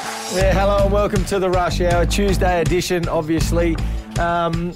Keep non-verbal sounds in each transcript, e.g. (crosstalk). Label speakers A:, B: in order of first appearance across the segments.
A: Hello and welcome to the Rush Hour Tuesday edition. Obviously, um,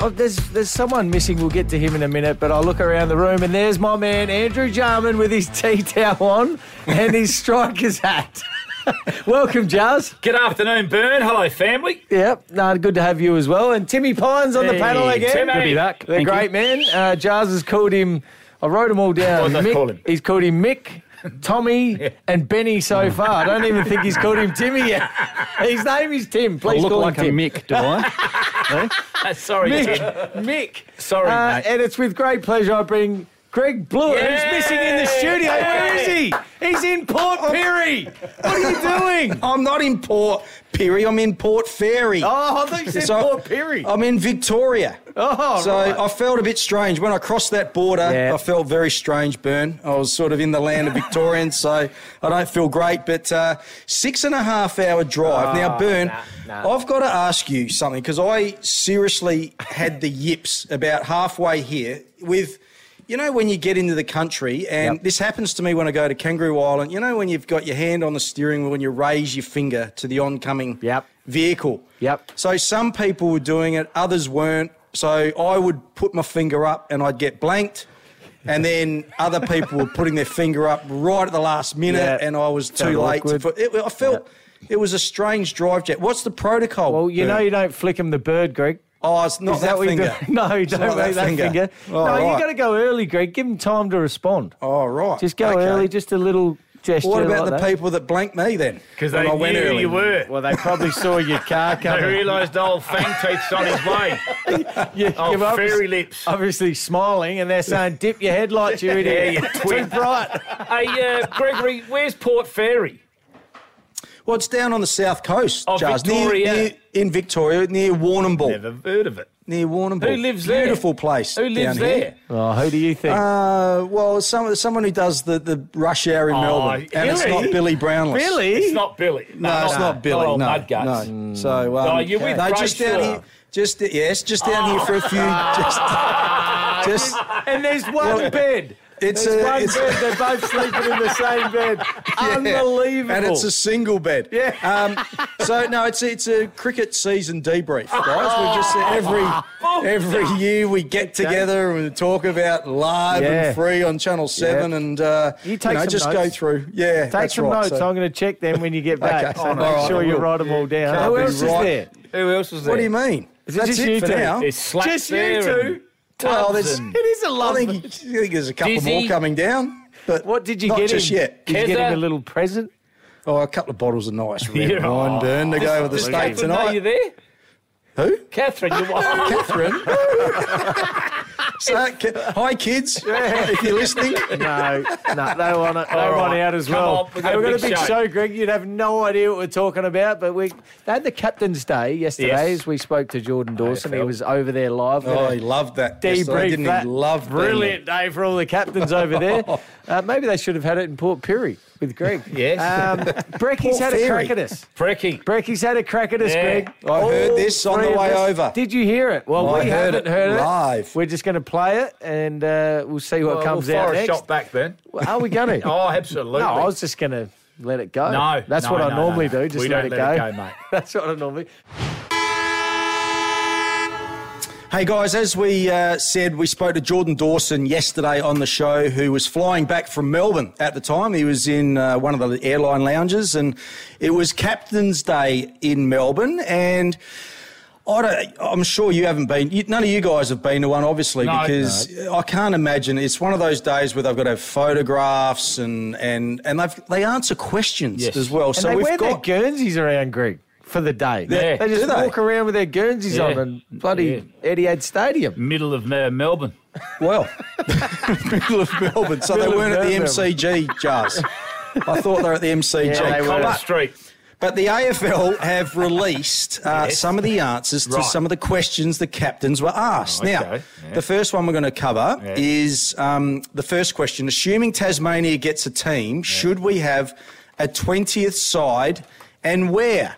A: oh, there's there's someone missing. We'll get to him in a minute. But I look around the room and there's my man Andrew Jarman with his (laughs) tea towel on and his striker's hat. (laughs) welcome, Jars.
B: Good afternoon, Burn.
A: (laughs)
B: Hello, family.
A: Yep, no, good to have you as well. And Timmy Pines on the panel again.
B: Timmy. Good to be
C: back.
A: The
C: Thank
A: great man. Uh, Jars has called him. I wrote them all down.
B: (laughs) What did I
A: Mick-
B: call him?
A: He's called him Mick.
B: (laughs)
A: Tommy and Benny so far. I don't even think he's called him Timmy
B: (laughs)
A: yet. His name is Tim. Please
C: I look
A: call
C: like a
A: him Tim.
C: Mick, do
A: (laughs)
C: I?
B: Uh, sorry, Tim.
A: Mick. Mick.
B: Sorry,
A: Uh,
B: mate.
A: And it's with great pleasure I bring Greg Blewett, who's
B: Yay!
A: missing in the studio. Where is he? He's in Port Perry. What are you doing?
D: (laughs) I'm not in Port Perry. I'm in Port Fairy.
A: Oh, I thought you said
D: So-
A: Port Perry.
D: I'm in Victoria.
A: Oh,
D: so
A: right.
D: I felt a bit strange when I crossed that border.
A: Yeah.
D: I felt very strange, Burn. I was sort of in the land
A: (laughs)
D: of Victorians, so I don't feel great. But uh, six and a half hour drive now, Burn.
A: Oh, nah, nah.
D: I've got to ask you something because I seriously had the yips about halfway here with. You know, when you get into the country, and
A: Yep.
D: this happens to me when I go to Kangaroo Island, you know, when you've got your hand on the steering wheel and you raise your finger to the oncoming
A: Yep.
D: vehicle.
A: Yep.
D: So some people were doing it, others weren't. So I would put my finger up and I'd get blanked. And then other people were putting their finger up right at the last minute,
A: Yeah.
D: and I was
A: Sounded
D: too late.
A: awkward.
D: For, it, I felt it was a strange drive jet. What's the protocol?
A: Well, you
D: Bert?
A: know you don't flick him the bird, Greg.
D: oh, it's not
A: Is
D: that,
A: what you
D: finger.
A: do? (laughs) No, you
D: It's
A: don't
D: not
A: make that, finger.
D: All
A: no, you
D: right.
A: got to go early, Greg. Give him time to respond.
D: Oh, right.
A: Just go
D: Okay.
A: early, just a little gesture.
D: What about
A: like
D: the
A: that.
D: people that blanked me then?
B: Because
D: When
B: they
D: I went
B: knew
D: early.
B: you were.
A: Well, they probably saw
B: (laughs)
A: your car
B: They
A: coming.
B: realised old Fang Teeth's on his way.
A: (laughs) You-
B: Oh,
A: you're obvi-
B: fairy lips.
A: Obviously smiling, and they're saying, "Dip your headlights,
B: (laughs)
A: you idiot!
B: you
A: (laughs) Too
B: twit.
A: bright."
B: hey, uh, Gregory, where's Port Fairy?
D: Well, it's down on the south coast,
B: Oh,
D: Charles, near-
B: Victoria.
D: near- in Victoria, near Warrnambool.
B: Never heard of it.
D: near Warrnambool.
B: Who lives there?
D: Beautiful place.
B: Who lives
D: down here.
B: there?
A: Oh, who do you think?
D: Uh, well, some, someone who does the, the rush hour in Melbourne, and it's
B: really?
D: not Billy Brownless.
B: It's
A: really?
B: not Billy.
D: No, it's not Billy.
B: Oh,
D: no,
B: (laughs) Mudguts.
D: no. So, um,
B: Oh, you're with
D: no, just
B: Brayshaw.
D: down here. Just yes, just down here for a few. Just, (laughs) just
A: Ah, And there's one bed.
D: it's
A: There's
D: a-
A: one
D: it's-
A: bed. They're both sleeping in the same bed.
D: (laughs) yeah.
A: Unbelievable.
D: and it's a single bed.
A: Yeah.
D: Um, so no, it's it's a cricket season
A: (laughs)
D: debrief, guys. We just uh, every every year we get together and we talk about live
A: Yeah.
D: and free on Channel Seven,
A: Yeah.
D: and uh,
A: You take
D: know,
A: some
D: just go
A: notes.
D: through. Yeah,
A: Take
D: that's
A: some
D: right.
A: notes.
D: So-
A: I'm going to check them when you get back.
D: (laughs) Okay.
B: Oh,
A: So make
D: All right,
A: sure
D: I
A: you
D: will.
A: write them all down.
D: Can't
A: Who
D: be
A: else is
D: right.
A: there?
B: Who else was there?
D: What do you mean?
A: Is it
D: That's
A: just
D: it,
A: you
D: for
A: two?
D: now.
B: It's Slats
A: Just you
B: there
A: two.
B: And
D: Well,
B: Tubbs
D: there's-
B: and
A: It is a
D: I
A: lovely.
D: think, I think there's a couple
B: Dizzy.
D: more coming down, but
A: What did you
D: not
A: get
D: just
A: him?
D: yet?
A: Did you get him
B: Heather?
A: a little present?
D: Oh, a couple of bottles of nice
A: (laughs)
D: red
B: Yeah.
D: wine, Burn, to go over the
B: Does
D: state
B: Catherine know you
D: tonight.
B: there?
D: Who?
B: Catherine,
A: (laughs)
B: you are.
D: Catherine. so, ca- hi, kids. if you're listening.
A: (laughs) No, no, they want it. They
B: All
A: want
B: right.
A: out as
B: Come
A: well.
B: on,
A: we've
B: we've
A: got,
B: got a
A: a
B: big
A: big show.
B: show.
A: Greg. You'd have no idea what we're talking about, but we they had the captain's day yesterday
B: Yes.
A: as we spoke to Jordan Dawson. He
B: felt-
A: was over there live. We're
D: Oh,
A: gonna
D: he loved that. yesterday,
A: Debrief
D: Didn't
A: that.
D: he? Love being there.
A: Brilliant day for all the captains over
D: (laughs)
A: there. Uh, maybe they should have had it in Port Pirie with Greg.
B: (laughs)
D: (laughs)
B: Yes.
A: Um, Brecky's had
D: Port
A: a crack
D: Pirie.
A: at us.
B: Brecky.
A: Brecky's had a crack at us,
B: Yeah.
A: Greg.
D: I heard this on
A: three
D: the
A: of
D: way
A: us.
D: over.
A: Did you hear it? Well,
D: I
A: we
D: heard
A: haven't
D: it
A: heard it
D: live.
A: We're just going to play it, and uh, we'll see what
B: Well,
A: comes
B: we'll
A: out
B: fire a
A: next.
B: shot back then.
A: Well, Are we going to?
B: (laughs) Oh, absolutely.
A: No, I was just going to let it go.
B: No,
A: that's
B: no,
A: what I
B: no,
A: normally
B: no, no.
A: do. Just
B: We
A: let,
B: don't
A: it,
B: let
A: go. (laughs)
B: it go, mate.
A: that's what I normally.
D: Hey guys, as we uh, said, we spoke to Jordan Dawson yesterday on the show, who was flying back from Melbourne at the time. He was in uh, one of the airline lounges, and it was Captain's Day in Melbourne. And I don't, I'm sure you haven't been. You, none of you guys have been to one, obviously,
B: No.
D: because I can't imagine. It's one of those days where they've got to have photographs and and and they've, they answer questions
B: Yes.
D: as well.
A: And
D: so
A: they
D: we've
A: wear
D: got
A: their Guernseys around, Greg, for the day.
B: Yeah.
A: They just
D: Do they?
A: walk around with their Guernseys
B: Yeah.
A: on and bloody Etihad Stadium.
B: Middle of uh, Melbourne.
D: Well, (laughs) middle of Melbourne. So
A: Middle
D: they
A: of
D: weren't at the
A: Melbourne.
D: MCG, Jars. I thought they were at the MCG.
A: Yeah, they were.
B: Collins
D: but,
B: Street.
D: but the AFL have released uh,
B: Yes.
D: some of the answers to
B: Right.
D: some of the questions the captains were asked.
B: Oh, okay.
D: Now,
B: Yeah.
D: the first one we're going to cover
B: Yeah.
D: is um, the first question. Assuming Tasmania gets a team, should we have a 20th side and where?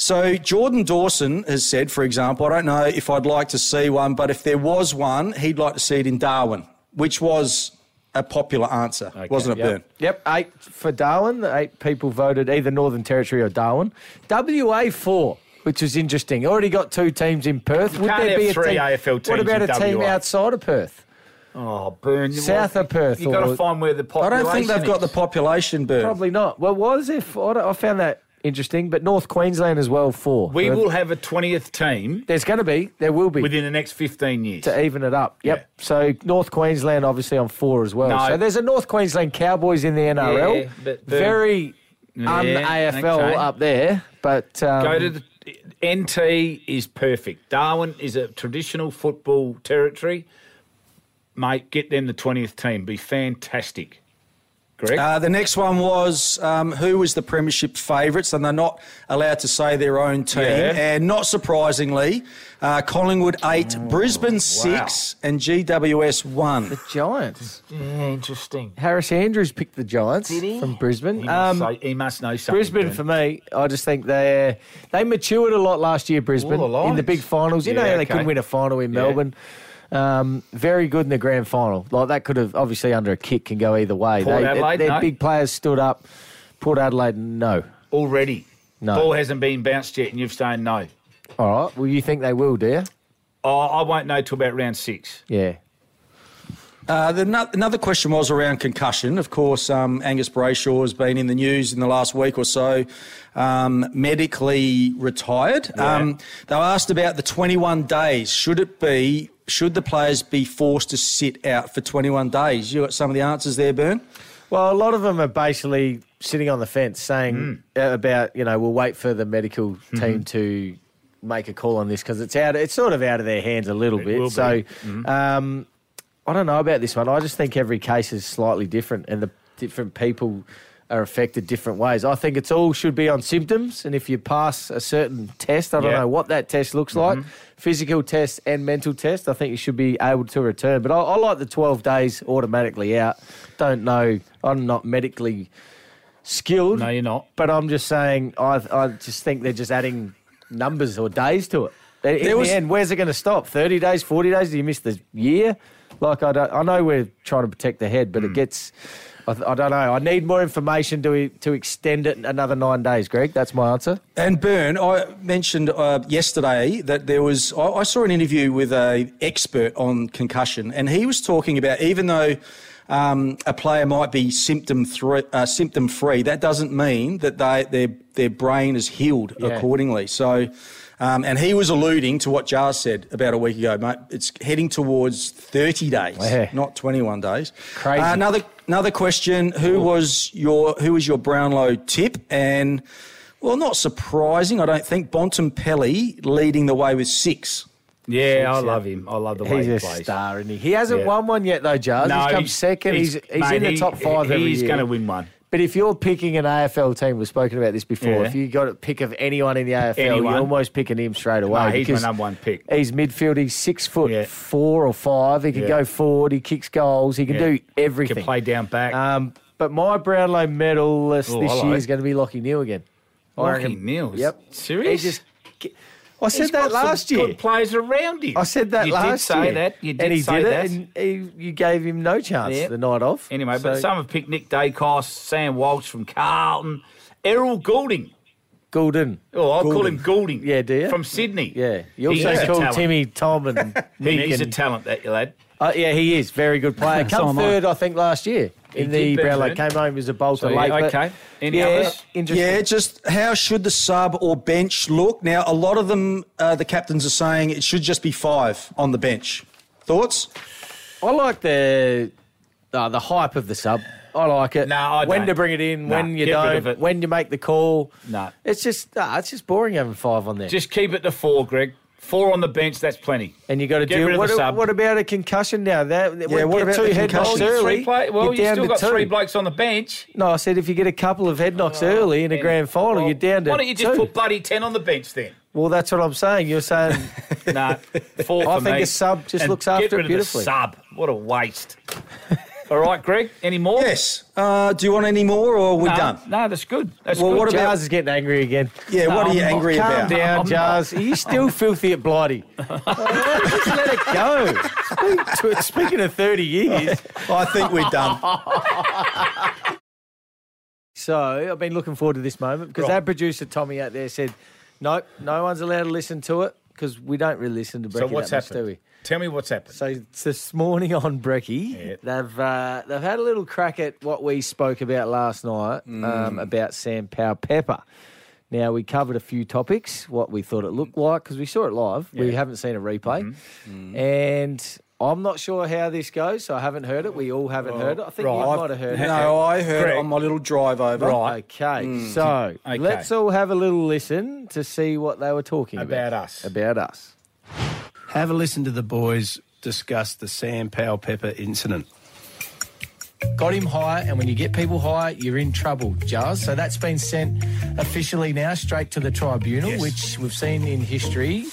D: So Jordan Dawson has said, for example, I don't know if I'd like to see one, but if there was one, he'd like to see it in Darwin, which was a popular answer,
B: Okay,
D: wasn't it,
A: Yep.
D: Bern?
A: Yep, eight for Darwin. The Eight people voted either Northern Territory or Darwin. WA four, which is interesting. Already got two teams in Perth. Would
B: can't
A: there
B: have
A: be a
B: three
A: team?
B: AFL
A: What
B: teams
A: about
B: in
A: a team
B: WA?
A: outside of Perth?
B: Oh, Burn.
A: South of Perth
B: You've got
A: or-
B: to find where the
D: I
B: population
D: don't think they've got the
B: is.
D: population, Bern.
A: Probably not. Well, what is it? For? I don't- I found that interesting. But North Queensland as well four.
B: We
A: Uh,
B: will have a 20th team
A: There's going to be. There will be.
B: within the next 15 years.
A: to even it up. Yep. So North Queensland obviously on four as well.
B: No.
A: So there's a North Queensland Cowboys in the NRL.
B: Yeah, but the-
A: Very um,
B: Yeah,
A: un AFL
B: okay.
A: up there. But um,
B: Go to the NT is perfect. Darwin is a traditional football territory. Mate, get them the 20th team. Be fantastic. Greg?
D: Uh, the next one was um, who was the premiership favourites, and they're not allowed to say their own team.
B: Yeah.
D: And not surprisingly, uh, Collingwood eight,
B: Oh,
D: Brisbane six, and GWS one.
A: Giants.
B: interesting.
A: Harris Andrews picked the Giants from Brisbane.
B: He,
A: Um,
B: must, say, he must know something.
A: Brisbane
B: Bern.
A: for me, I just think they uh, they matured a lot last year. Brisbane
B: All
A: in the
B: alliance.
A: big finals, you know
B: Yeah,
A: they
B: okay.
A: couldn't win a final in
B: Yeah.
A: Melbourne. Um, very good in the grand final. Like that could have obviously under a kick can go either way.
B: Port Adelaide,
A: their
B: no.
A: big players stood up. Port Adelaide, no.
B: Already.
A: No.
B: Ball hasn't been bounced yet, and you've saying no.
A: All right. Well, you think they will, do you?
B: Oh, I won't know till about round six.
A: Yeah.
D: Uh, the, no- another question was around concussion. Of course, um, Angus Brayshaw has been in the news in the last week or so, um, medically retired. Um, they were asked about the 21 days. Should it be? Should the players be forced to sit out for 21 days? You got some of the answers there, Bern.
A: Well, a lot of them are basically sitting on the fence saying
B: Hmm.
A: uh, about, you know, we'll wait for the medical
B: Mm-hmm.
A: team to make a call on this because it's out, it's sort of out of their hands a little bit.
B: will
A: So,
B: be. Mm-hmm.
A: um, I don't know about this one. I just think every case is slightly different and the different people are affected different ways. I think it's all should be on symptoms. And if you pass a certain test, I don't
B: Yeah. Mm-hmm.
A: know what that test looks like physical test and mental test, I think you should be able to return. But I, I like the 12 days automatically out. Don't know. I'm not medically skilled.
B: No, you're not.
A: But I'm just saying, I, I just think they're just adding numbers or days to it. In
D: There
A: the
D: was-
A: end, where's it going to stop? 30 days, 40 days? Do you miss the year? Like, I, don't, I know we're trying to protect the head, but
B: Mm.
A: it gets. I, I don't know. I need more information to, to extend it another nine days, Greg. That's my answer.
D: And Bern, I mentioned uh, yesterday that there was. I, I saw an interview with a expert on concussion, and he was talking about even though um, a player might be symptom thre- uh, symptom free, that doesn't mean that they their their brain is healed accordingly. So. Um, and he was alluding to what Jar said about a week ago, mate. It's heading towards 30 days,
A: Yeah.
D: not 21 days.
A: Crazy.
D: Uh, another another question: Who was your who was your Brownlow tip? And well, not surprising, I don't think. Bontempelli leading the way with six.
B: Yeah, I love him. I love the way
A: He's
B: he
A: a
B: plays.
A: star, isn't he? He hasn't
B: Yeah.
A: won one yet, though, Jars. he's come second. He's, he's,
B: mate,
A: in the
B: he-
A: top five
B: He's
A: every year.
B: going to win one.
A: But if you're picking an AFL team, we've spoken about this before.
B: Yeah.
A: If you got a pick of anyone in the AFL,
B: Anyone.
A: you're almost picking him straight away.
B: Nah, he's my
A: because
B: number one pick.
A: He's midfield. He's six foot
B: Yeah.
A: four or five. He can
B: Yeah.
A: go forward. He kicks goals. He can
B: Yeah.
A: do
B: He
A: everything.
B: can play down back.
A: Um, but my Brownlow medalist
B: Oh,
A: this
B: hello.
A: year is going to be Lockie Neal again. I
B: Lachie
A: reckon-
B: Neal is-
A: Yep.
B: serious?
A: He just. I said
B: He's
A: that
B: got some
A: last year.
B: Good players around him.
A: I said that
B: you
A: last
B: did say
A: year.
B: That. You did
A: and he
B: say
A: did
B: that.
A: it, and he, you gave him no chance
B: Yeah.
A: the night off.
B: Anyway,
A: So-
B: but some have picked Nick Dacos, Sam Walsh from Carlton, Errol Goulding.
A: Goulden.
B: Oh, I'll call him Goulding.
A: Yeah, do you?
B: From Sydney.
A: Yeah, you
B: He's
A: also
B: a
A: called
B: talent.
A: Timmy Tom
B: (laughs)
A: and
B: He,
A: Nick
B: he's a
A: and-
B: talent, that lad.
A: Uh, yeah, he is very good player. (laughs)
C: So
A: Come
C: am I.
A: third, I. think, last year in
B: He
A: the
B: did better
A: Brownlow.
B: then.
A: Came home as a bolter
B: So, yeah,
A: late. but-
B: okay. Any
A: yeah,
B: others?
A: interesting.
D: Yeah, just how should the sub or bench look? Now, a lot of them, uh, the captains are saying it should just be five on the bench. Thoughts?
A: I like the uh, the hype of the sub. I like it.
B: No, I
A: when to
B: don't.
A: bring it in,
B: No,
A: when you
B: get rid
A: don't,
B: of it.
A: when you make the call.
B: No.
A: it's just uh, it's just boring having five on there.
B: Just keep it to four, Greg. Four on the bench, that's plenty.
A: and you got to
B: Get
A: do
B: rid of
A: what,
B: the sub.
A: what about a concussion now? That
D: Yeah, what about
A: two
D: the
A: head knocks early?
D: concussion? Three
B: Oh, Three play- well,
A: you're
B: you've
A: down
B: still
A: to
B: got
A: two.
B: three blokes on the bench.
A: No, I said if you get a couple of head knocks early in a
B: Yeah.
A: grand final,
B: Well,
A: you're down to
B: Why don't you just
A: two.
B: put bloody ten on the bench then?
A: Well, that's what I'm saying. You're
B: (laughs)
A: saying
B: No, four
A: I (laughs)
B: for
A: think
B: me.
A: a sub just
B: And
A: looks after
B: get
A: it
B: rid
A: beautifully.
B: Of the sub, what a waste. All right, Greg. Any more?
D: Yes. Uh, do you want any more, or are we
B: No,
D: done?
B: No, that's good. That's
D: Well,
B: good.
D: what about-
A: Jars is getting angry again.
D: Yeah. what
B: No,
D: are you
B: I'm not-
D: angry
A: Calm
D: about?
A: down,
B: I'm
A: Jars. Are you
B: (laughs)
A: still filthy at Blighty? Just let it go. Speak- Speaking of 30 years.
D: I think we're done.
A: So I've been looking forward to this moment because
B: Right.
A: our producer Tommy out there said, "Nope, no one's allowed to listen to it because we don't really listen to Brecky
B: So what's
A: that much, do
B: happened?
A: we?"
B: Tell me what's happened.
A: So it's this morning on Brecky,
B: Yeah.
A: they've uh, they've had a little crack at what we spoke about last night um, about Sam Power Pepper. Now we covered a few topics, what we thought it looked like because we saw it live. We
B: Yeah.
A: haven't seen a replay, and I'm not sure how this goes. So I haven't heard it. We all haven't heard it. I think you
D: I've-
A: might have heard it.
D: No, I heard
B: Greg.
D: on my little drive over.
A: Okay, so
B: Okay.
A: let's all have a little listen to see what they were talking about.
B: About us.
A: About us.
C: Have a listen to the boys discuss the Sam Powell Pepper incident.
A: Got him high, and when you get people high, you're in trouble, Jars. So that's been sent officially now straight to the tribunal, which we've seen in history.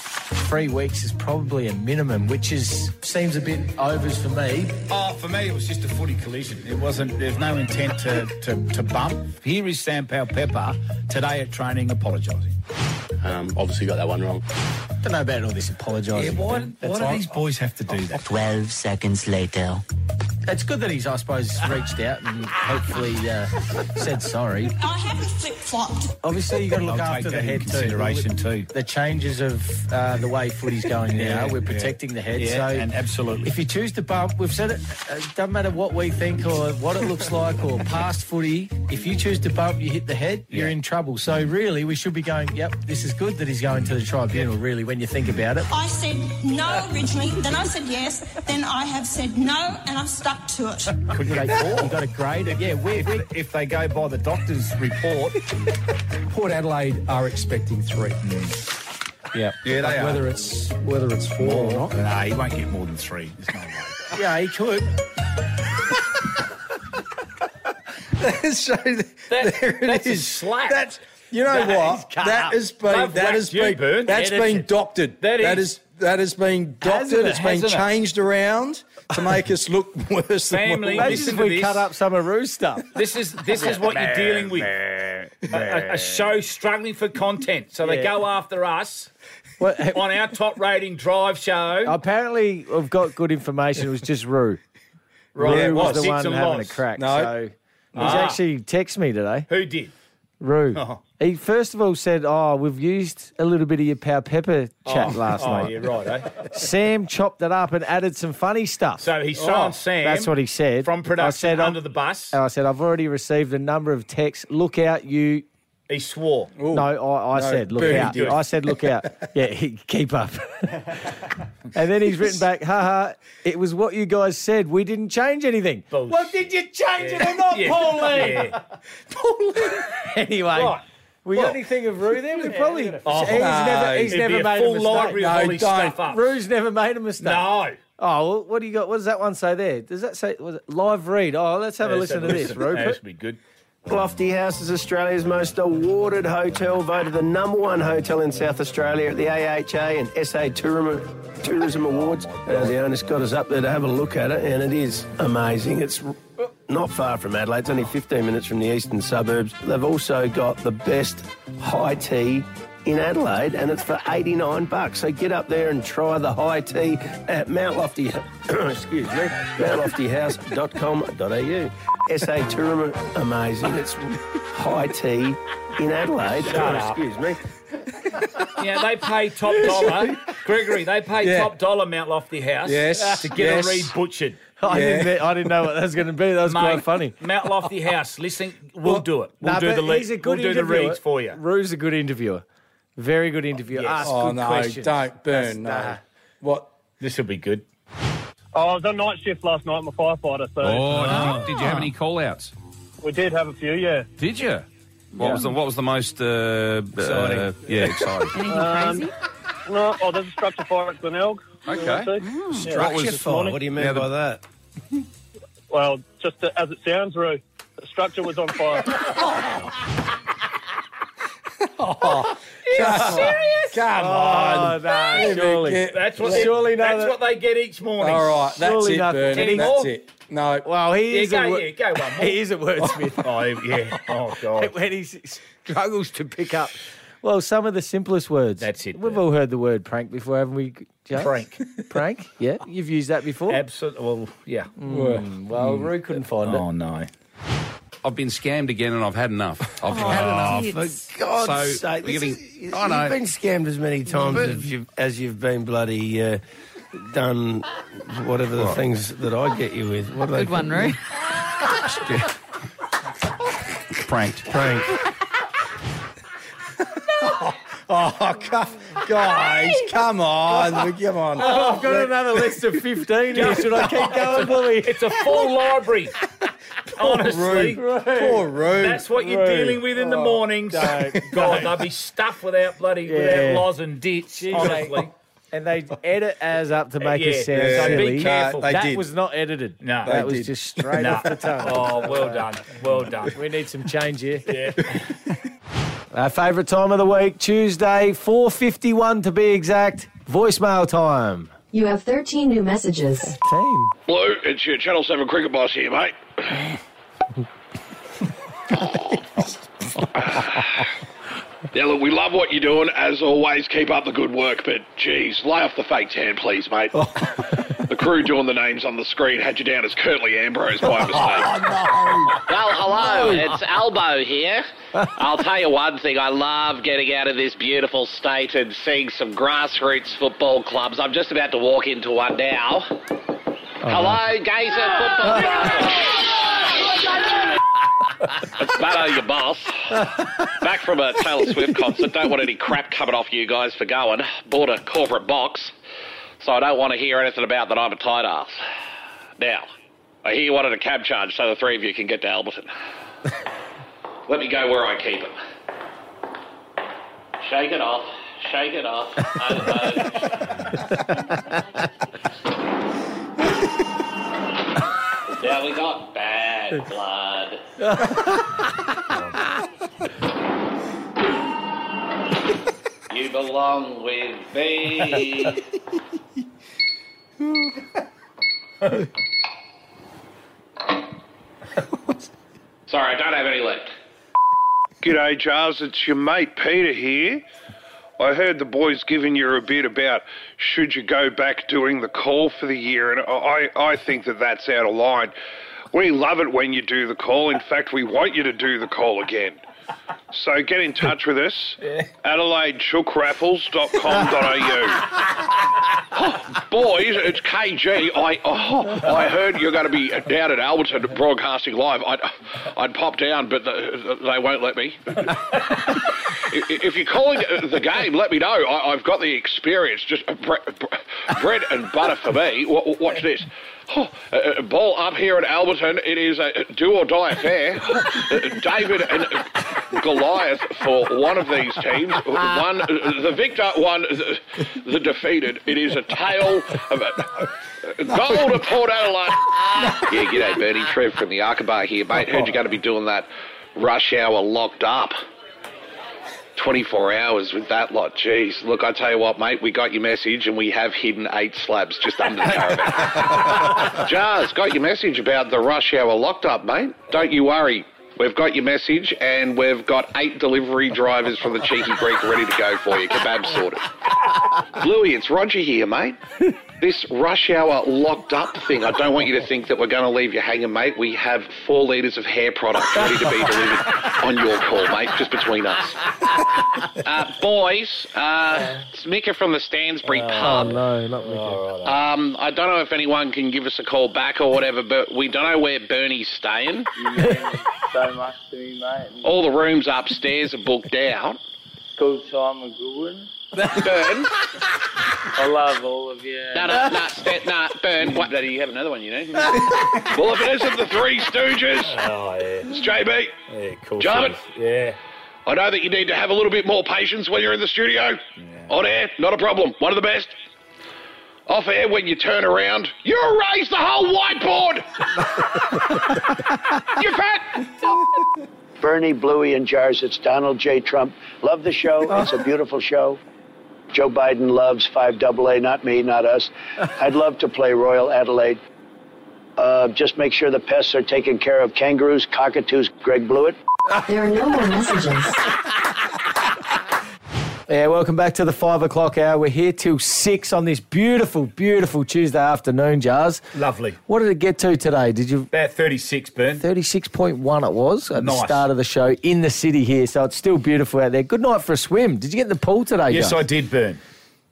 A: Three weeks is probably a minimum, which is seems a bit overs for me.
B: Oh, for me, it was just a footy collision. It wasn't. There's no intent to, to, to bump. Here is Sam Powell Pepper today at training apologising.
E: Um, obviously got that one wrong.
A: Don't know about all this apologising.
C: Why,
A: That's
C: why do
A: all-
C: these boys have to do that?
F: 12 seconds later.
A: It's good that he's, I suppose, reached out and hopefully uh, said sorry.
G: I haven't flip flopped.
A: Obviously, you've got to look
B: I'll take
A: after
B: that
A: the
B: into
A: head
B: consideration
A: too.
B: too.
A: The changes of uh, the way footy's going now, we're protecting the head.
B: Yeah,
A: so
B: and absolutely.
A: if you choose to bump, we've said it. It doesn't matter what we think or what it looks like or past footy. If you choose to bump, you hit the head, you're
B: Yeah.
A: in trouble. So really, we should be going. Yep, this is good that he's going to the tribunal. Really, when you think about it.
G: I said no originally, then I said yes, then I have said no, and I've stuck to it.
A: Couldn't they four? You got a grade. Yeah, we're, we're
B: If they go by the doctor's report,
H: Port Adelaide are expecting three.
B: Mm. yeah, yeah, they are.
H: Whether it's whether it's four or not.
B: Nah, he won't get more than three. There's no way.
A: (laughs) yeah, he could.
D: so th-
B: That-
D: there it
B: that's a
D: is.
B: slap.
D: That's you know
B: That is
D: what
B: cut
D: that
B: up.
D: has been
B: They've
D: that has
B: whacked you,
D: been
B: Burn.
D: that's
B: Yeah,
D: been
B: that's-
D: doctored.
B: that
D: that
B: is-
D: is that has been
B: Hasn't
D: doctored.
B: it?
D: It's been
B: Hasn't it?
D: changed around to make us look (laughs) worse than
B: Family,
D: what we
B: Listen to this.
A: some of Roo's stuff.
B: This is this is what you're dealing with. A, a- a show struggling for content, so they
A: Yeah.
B: go after us
A: What-
B: on our top rating drive show.
A: Apparently, I've got good information. It was just Roo. Roo
B: Yeah, it
A: was
B: was.
A: the
B: Six
A: one
B: and
A: having
B: loss.
A: a crack.
D: No.
A: So he's
B: Ah.
A: actually texted me today.
B: Who did?
A: Roo.
B: Oh.
A: He first of all said, "Oh, we've used a little bit of your Power Pepper chat last
B: oh,
A: night."
B: yeah, right. Eh?
A: Sam chopped it up and added some funny stuff. Oh.
B: So he's throwing Sam.
A: That's what he said.
B: from production
A: I said,
B: under
A: I'm-
B: the bus.
A: and I said, I've already received a number of texts. Look out, you.
B: he swore.
A: No, I, I said, look
D: boo,
A: out.
B: do it.
A: I said, look out. Yeah, he- keep up. and then he's written back, haha, it was what you guys said. We didn't change anything. (laughs)
B: Bullshit.
A: Well, did you change it or not,
B: Yeah.
A: Pauline?
B: Yeah.
A: Anyway.
B: Right.
A: We
B: Well-
A: got anything of Roo there? We probably.
B: Oh,
A: he's never, he's
B: It'd
A: never
B: be a
A: made
B: full
A: a
B: library
A: mistake.
B: of
D: No,
B: all his
D: don't.
B: stuff up.
A: Roo's never made a mistake.
B: No.
A: Oh, well, what do you got? What does that one say there? Does that say was it live read? Oh, let's have a listen to this, Roo.
B: That should be good.
I: Lofty House is Australia's most awarded hotel, voted the number one hotel in South Australia at the AHA and SA Tourism, Tourism Awards. Uh, the owners got us up there to have a look at it, and it is amazing. It's r- not far from Adelaide, it's only 15 minutes from the eastern suburbs. They've also got the best high tea in Adelaide, and it's for 89 bucks. So get up there and try the high tea at Mount Lofty, (coughs) excuse me, mountloftyhouse.com.au. SA Tourism, amazing. It's high tea in Adelaide. (coughs) Oh, excuse me.
B: Yeah, they
A: (laughs)
B: pay top dollar. Gregory, they pay
D: Yeah.
B: top dollar Mount Lofty House
D: Yes,
B: to get
D: yes.
B: a reed butchered.
A: (laughs) I, didn't, I didn't know what that was going to be. That was quite
B: Mate,
A: funny.
B: Mount Lofty House. Listen, we'll do it. We'll
A: Nah,
B: do
A: but
B: the le-
A: he's a good
B: We'll do the
A: interviewer.
B: reads for you.
A: Roo's a good interviewer. Very good interviewer.
B: Yes.
A: Ask
D: Oh
A: good
D: no!
A: questions.
D: Don't burn. No. What?
B: This will be good.
J: Oh, I was on night shift last night. I'm a firefighter, so
K: Oh,
B: Oh.
J: uh,
K: did, you have any call outs?
J: we did have a few, yeah.
K: Did you? What was the What was the most uh, exciting? yeah,
B: (laughs)
K: exciting.
G: Anything crazy?
J: Um, No, oh, there's a structure fire at Glenelg.
K: okay.
J: Yeah.
K: What was-
J: morning.
H: What do you mean
K: Yeah, the-
H: by that?
J: Well, just to, as it sounds, Roo, the structure was on (laughs) fire.
K: Oh,
D: serious? Come
B: Oh,
D: on.
B: no,
D: Give me
B: surely.
D: get-
B: That's what,
D: Surely
B: they, that's
D: nothing.
B: what they get each morning.
D: All right, that's
A: Surely
D: it,
A: nothing.
D: Bernie.
B: Any
D: That's
B: more?
D: it. No.
A: Well, he
B: Yeah,
A: is a
B: go,
A: wo-
B: yeah, go one more.
A: (laughs) he is a wordsmith
B: (laughs) Oh, yeah. Oh, God.
A: (laughs) when he s- struggles to pick up. Well, some of the simplest words.
B: That's it,
A: We've
B: Bert.
A: all heard the word prank before, haven't we? Jase?
B: Prank.
A: (laughs) prank. Yeah, you've used that before.
B: Absolutely. Well, yeah.
A: Mm,
D: hmm.
A: well, Rue couldn't find it.
B: Oh, no.
K: I've been scammed again and I've had enough. I've had
C: Oh, for God's
K: So,
C: sake!
K: we're
C: This
K: getting-
C: is-
K: I know.
C: You've been scammed as many times
K: But-
C: as, you've, as you've been bloody uh, done whatever the things that I get you with. What are they
L: Good one, Roo.
C: (laughs)
K: pranked.
C: Prank.
D: Oh, come, guys,
A: (laughs)
D: come on. Come on.
A: Oh, I've got another list of fifteen here. Should I keep going, Billy?
B: It's a full library. Honestly.
D: Poor Oh, Roo.
B: That's what you're dealing with in the mornings. God, they'll be stuffed without bloody
A: Yeah.
B: without laws and ditch. Honestly,
A: And they edit ours up
B: (laughs)
A: to make
B: Yeah,
A: us sound
B: yeah.
A: silly.
B: Be careful.
D: They
A: that
D: did.
A: was not edited.
B: No. They
A: that was
D: did.
A: just (laughs) straight
B: No.
A: off the tongue.
B: (laughs) oh, well done, well done.
A: We need some change here. Our favourite time of the week, Tuesday, 4.51 to be exact. Voicemail time.
M: You have 13 new messages.
A: Team.
E: Hello, it's your Channel 7 cricket boss here, mate. now, look, we love what you're doing. As always, keep up the good work, but geez, lay off the fake tan, please, mate. (laughs) the crew doing the names on the screen had you down as Curtly Ambrose by mistake.
N: Well, hello, it's Albo here. I'll tell you one thing, I love getting out of this beautiful state and seeing some grassroots football clubs. I'm just about to walk into one now. hello, Gazer Football Club.
E: (laughs)
N: It's Butto, your boss. Back from a Taylor Swift concert. Don't want any crap coming off you guys for going. Bought a corporate box, so I don't want to hear anything about that I'm a tight ass. Now, I hear you wanted a cab charge so the three of you can get to Alberton. Let me go where I keep it. Shake it off. Shake it off. (laughs) now we got bad blood. you belong with
E: (laughs)
N: me. Sorry, I don't have any left.
O: G'day, Charles. It's your mate Peter here. I heard the boys giving you a bit about should you go back doing the call for the year, and I, I think that that's out of line. We love it when you do the call. In fact, we want you to do the call again. So get in touch with us, adelaidechookraffles.com.au.
E: Boys, it's KG. I oh, I heard you're going to be down at Alberton broadcasting live. I'd, I'd pop down, but the, they won't let me. if if you're calling the game, let me know. I, I've got the experience. Just bre- bre- bread and butter for me. W- watch this. Oh, uh, uh, ball up here at Alberton. It is a do or die affair. Uh, David and Goliath for one of these teams. One, uh, the victor. One, the, the defeated. It is a
B: (laughs)
E: tale of a, goal to Port Adelaide.
N: Yeah,
E: g'day, Bernie. Trev from the Arkabar here, mate. Heard you're going to be doing that rush hour locked up. 24 hours with that lot. Jeez. Look, I tell you what, mate, we got your message and we have hidden eight slabs just under the caravan. Jars, got your message about the rush hour locked up, mate. Don't you worry. We've got your message and we've got eight delivery drivers from the Cheeky Greek ready to go for you. Kebab sorted. Bluey, it's Roger here, mate. This rush hour locked up thing, I don't want you to think that we're going to leave you hanging, mate. We have four litres of hair product ready to be delivered on your call, mate, just between us.
N: Uh, boys, uh, it's Mika from the Stansbury
A: Oh,
N: pub.
A: no, not Mickey.
N: Um, I don't know if anyone can give us a call back or whatever, but we don't know where Bernie's staying.
P: (laughs) so much to me, mate.
N: All the rooms upstairs are
A: (laughs)
N: booked out.
P: Cool time, a good one.
N: Burn.
P: I love all of you.
N: No, no, no, sta- no, Burn. What? Bloody, you have another one, you know. (laughs) well, if it isn't the
E: Three Stooges.
G: Uh,
B: Oh, yeah.
E: It's JB.
B: Yeah, cool.
E: Jarman.
B: things. Yeah.
E: I know that you need to have a little bit more patience when you're in the studio. On air, not a problem. One of the best. Off air, when you turn around, you erase the whole
B: (laughs)
E: whiteboard. you fat.
Q: Bernie, Bluey, and Jars. It's Donald J. Trump. Love the show. It's a beautiful show.
L: Joe Biden loves 5AA, not me, not us. I'd love to play Royal Adelaide. Uh, just make sure the pests are taken care of. Kangaroos, cockatoos, Greg Blewett.
M: There are no more messages.
A: (laughs) Yeah, welcome back to the five o'clock hour. We're here till six on this beautiful, beautiful Tuesday afternoon, Jars.
B: Lovely.
A: What did it get to today? Did you
B: About 36, Ben.
A: 36.1 it was at the
B: Nice.
A: start of the show in the city here, so it's still beautiful out there. Good night for a swim. Did you get in the pool today?
B: Yes,
A: Jars?
B: I did burn.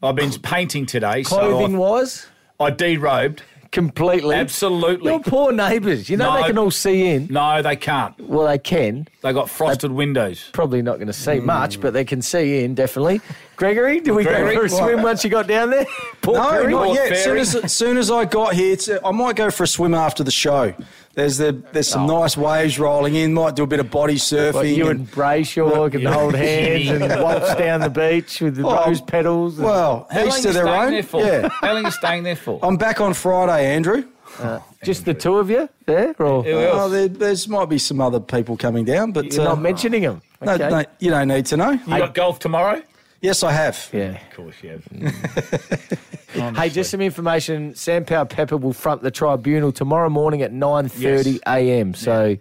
B: I've been painting today.
A: Clothing
B: so
A: wise?
B: I, I derobed.
A: Completely.
B: Absolutely.
A: Your poor neighbours. You know
B: No.
A: they can all see in.
B: No, they can't.
A: Well, they can.
B: They got frosted windows.
A: Probably not going to see much, but they can see in definitely. Gregory, did we
B: Gregory,
A: go for a swim
B: what?
A: once you got down there? Port
D: no,
A: Perry?
D: not yet. Soon as, soon as I got here, it's- I might go for a swim after the show. There's the, there's some nice waves rolling in. Might do a bit of body surfing.
A: Like Oh. you and Brayshaw can hold hands
D: (laughs)
A: and waltz down the beach with the
D: Well,
A: rose petals. and-
D: well,
B: How long
D: each to
B: you
D: their
B: staying
D: own.
B: there for?
D: Yeah.
B: How long you staying there
A: (laughs)
B: for?
D: I'm back on Friday, Andrew.
A: Uh, just the two of you there, or
B: Who else?
D: Oh, there there's might be some other people coming down, but uh,
A: You're not mentioning them.
D: No,
A: Okay.
D: no, you don't need to know.
B: You got golf tomorrow?
D: yes, I have.
A: Yeah.
B: Of course you have.
A: Hey, just some information. Sampower Pepper will front the tribunal tomorrow morning at 9.30 a.m. So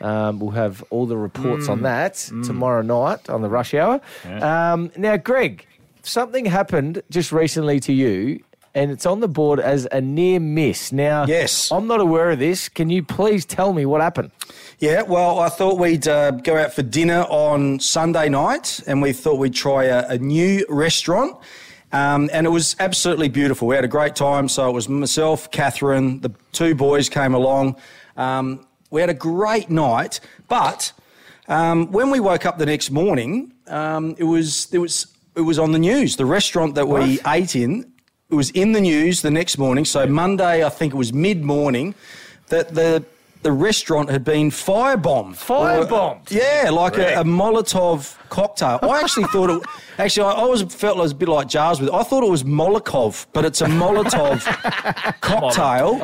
A: um, we'll have all the reports
B: Hmm.
A: on that tomorrow night on the rush hour. Um, now, Greg, something happened just recently to you, and it's on the board as a near miss. Now, yes. I'm not aware of this. Can you please tell me what happened?
D: Yeah, well, I thought we'd uh, go out for dinner on Sunday night, and we thought we'd try a, a new restaurant. Um, and it was absolutely beautiful. We had a great time. So it was myself, Catherine, the two boys came along. Um, we had a great night, but um, when we woke up the next morning, um, it was there was it was on the news. The restaurant that we ate in, it was in the news the next morning. So Monday, I think it was mid morning, that the the restaurant had been firebombed.
A: Firebombed?
D: Or- yeah, like a, a Molotov cocktail. I
B: (laughs)
D: actually thought it. Actually, I always felt it was a bit like jars with. I thought it was Molotov, but it's a
B: (laughs)
D: Molotov cocktail.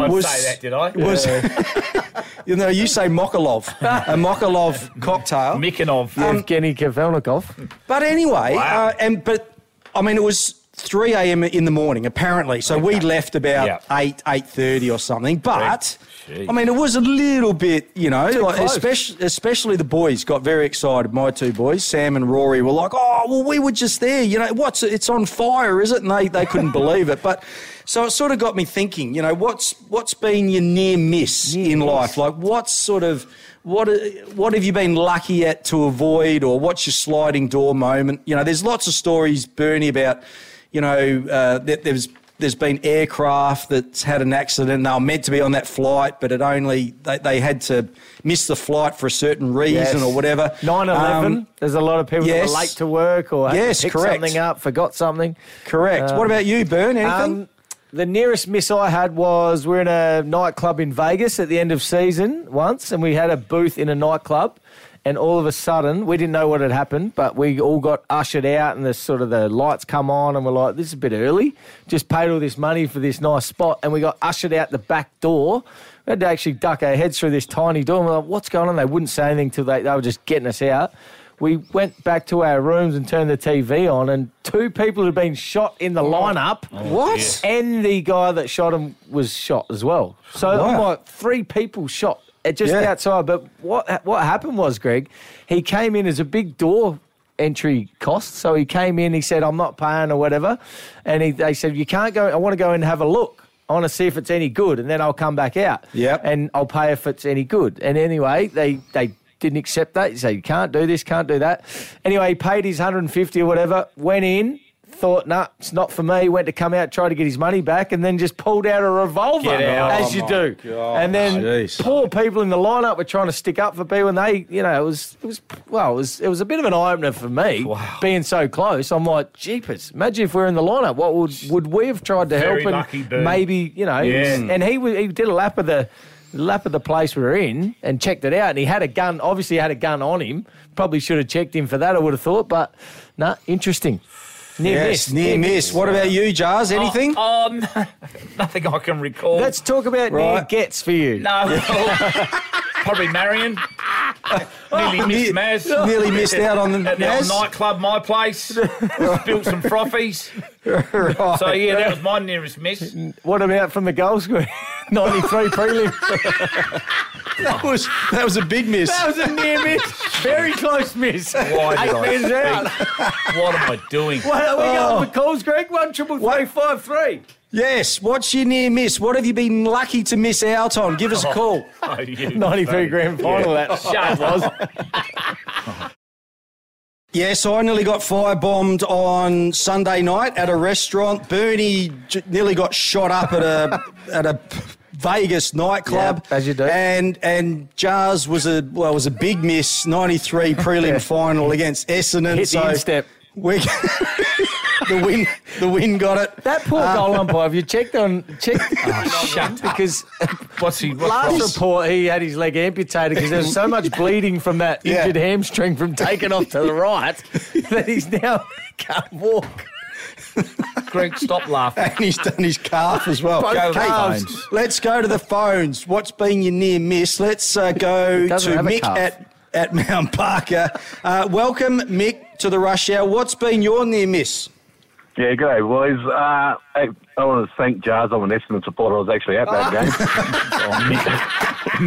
B: I
D: Was-
B: say that, did I?
D: was- (laughs) You know, you say Mokolov, a
B: (laughs)
D: Mokolov cocktail.
B: Mikanov.
D: Um,
A: Evgeny Kavelnikov.
D: But anyway, uh, and but I mean, it was three a.m. in the morning apparently. So we left about
B: Yep.
D: eight eight thirty or something. But
B: Jeez.
D: I mean, it was a little bit, you know, like,
B: close.
D: especially especially the boys got very excited. My two boys, Sam and Rory, were like, "Oh, well, we were just there, you know. What's it's on fire, is it?" And they they (laughs) couldn't believe it, but. So it sort of got me thinking, you know, what's what's been your near miss in life? Like, what's sort of what what have you been lucky at to avoid, or what's your sliding door moment? You know, there's lots of stories, Bernie, about you know uh, that there's there's been aircraft that's had an accident. They were meant to be on that flight, but it only they, they had to miss the flight for a certain reason
A: Yes.
D: or whatever.
A: 9 11.
D: Um,
A: There's a lot of people that
D: yes.
A: were late to work or had to
D: Yes,
A: pick
D: correct.
A: something up, forgot something.
D: correct.
A: Um,
D: what about you, Bern? Anything?
A: Um, the nearest miss I had was we're in a nightclub in Vegas at the end of season once, and we had a booth in a nightclub. And all of a sudden, we didn't know what had happened, but we all got ushered out, and the sort of the lights come on, and we're like, "This is a bit early." Just paid all this money for this nice spot, and we got ushered out the back door. We had to actually duck our heads through this tiny door. And we're like, "What's going on?" They wouldn't say anything till they they were just getting us out. We went back to our rooms and turned the TV on, and two people had been shot in the lineup.
D: What?
A: And the guy that shot him was shot as well. So I'm
D: Wow.
A: like, three people shot at just
D: Yeah.
A: outside. But what what happened was, Greg, he came in as a big door entry cost. So he came in, he said, I'm not paying or whatever. And he, they said, You can't go, I want to go and have a look. I want to see if it's any good, and then I'll come back out.
D: Yep.
A: And I'll pay if it's any good. And anyway, they they didn't accept that. He said, You can't do this, can't do that. Anyway, he paid his 150 or whatever, went in, thought, nah, it's not for me. Went to come out, tried to get his money back, and then just pulled out a revolver,
B: Get out.
A: as
B: Oh
A: you
B: my
A: do.
B: God.
A: And then
D: Jeez.
A: poor people in the lineup were trying to stick up for people, and they, you know, it was, it was, well, it was, it was a bit of an eye opener for me being so close. I'm like, jeepers, imagine if we are in the lineup, what would would we have tried to
B: Very
A: help? And
B: lucky dude.
A: maybe, you know,
B: Yeah.
A: and he was, he did a lap of the. Lap of the place we were in and checked it out, and he had a gun. Obviously, had a gun on him. Probably should have checked him for that. I would have thought, but nah, interesting. Near miss,
D: yes, near miss. What about you, Jars? Anything?
B: Oh, (laughs) no, nothing I can recall.
A: Let's talk about near
B: (laughs)
D: Right.
A: gets for you.
B: no. Probably Marion. Nearly missed Maz.
D: Oh, Nearly missed out on the
B: At the
D: Maz.
B: old nightclub, my
D: (laughs)
B: place. Spilled some frothies.
A: Right.
B: So, yeah, that was my nearest miss.
A: What about from the goal (laughs) square? 93 prelim.
D: (laughs) that was that was a big miss.
A: That was a (laughs) near miss. Very close miss.
B: Why did
A: Eight
B: I
A: minutes out.
B: (laughs) think? What am I doing?
A: What are we
D: Oh.
A: going for calls, Greg? One triple three five three.
D: Yes, what's your near miss? What have you been lucky to miss out on? Give us
B: (laughs)
D: a call. (laughs)
B: Oh, you
A: 93 grand final
D: Yeah.
A: that
B: Shut
A: was.
D: Yes, I nearly got firebombed on Sunday night at a restaurant. Bernie j- nearly got shot up at
A: (laughs)
D: a at a Vegas nightclub.
A: Yeah, as you do.
D: And and Jars was a well was a big miss.
A: (laughs)
D: Ninety three prelim final against Essendon.
A: Hit the
D: so
A: instep.
D: We, (laughs) the win the win got it.
A: That poor
D: Um,
A: goal umpire. Have you checked on
B: (laughs)
A: checked? (laughs) shut because
B: Oh, What's he? What's
A: last
B: wrong?
A: report he had his leg amputated because there was so
B: (laughs)
A: much bleeding from that
D: Yeah.
A: injured hamstring from taking off to the
D: (laughs)
A: right that he's now (laughs) can't walk.
B: Greg, stop laughing.
D: (laughs) and he's done his calf as well.
A: Both
D: Kate,
A: calves.
D: Let's go to the phones. What's been your near miss? Let's uh, go
A: It
D: to
A: doesn't have a
D: Mick
A: calf.
D: at at (laughs) Mount Parker. Uh, welcome, Mick, to the rush hour. What's been your near miss?
Q: Yeah, good day, boys. Uh, I, I want to thank Jars. I'm an Essendon supporter. I was actually at that game.
A: (laughs)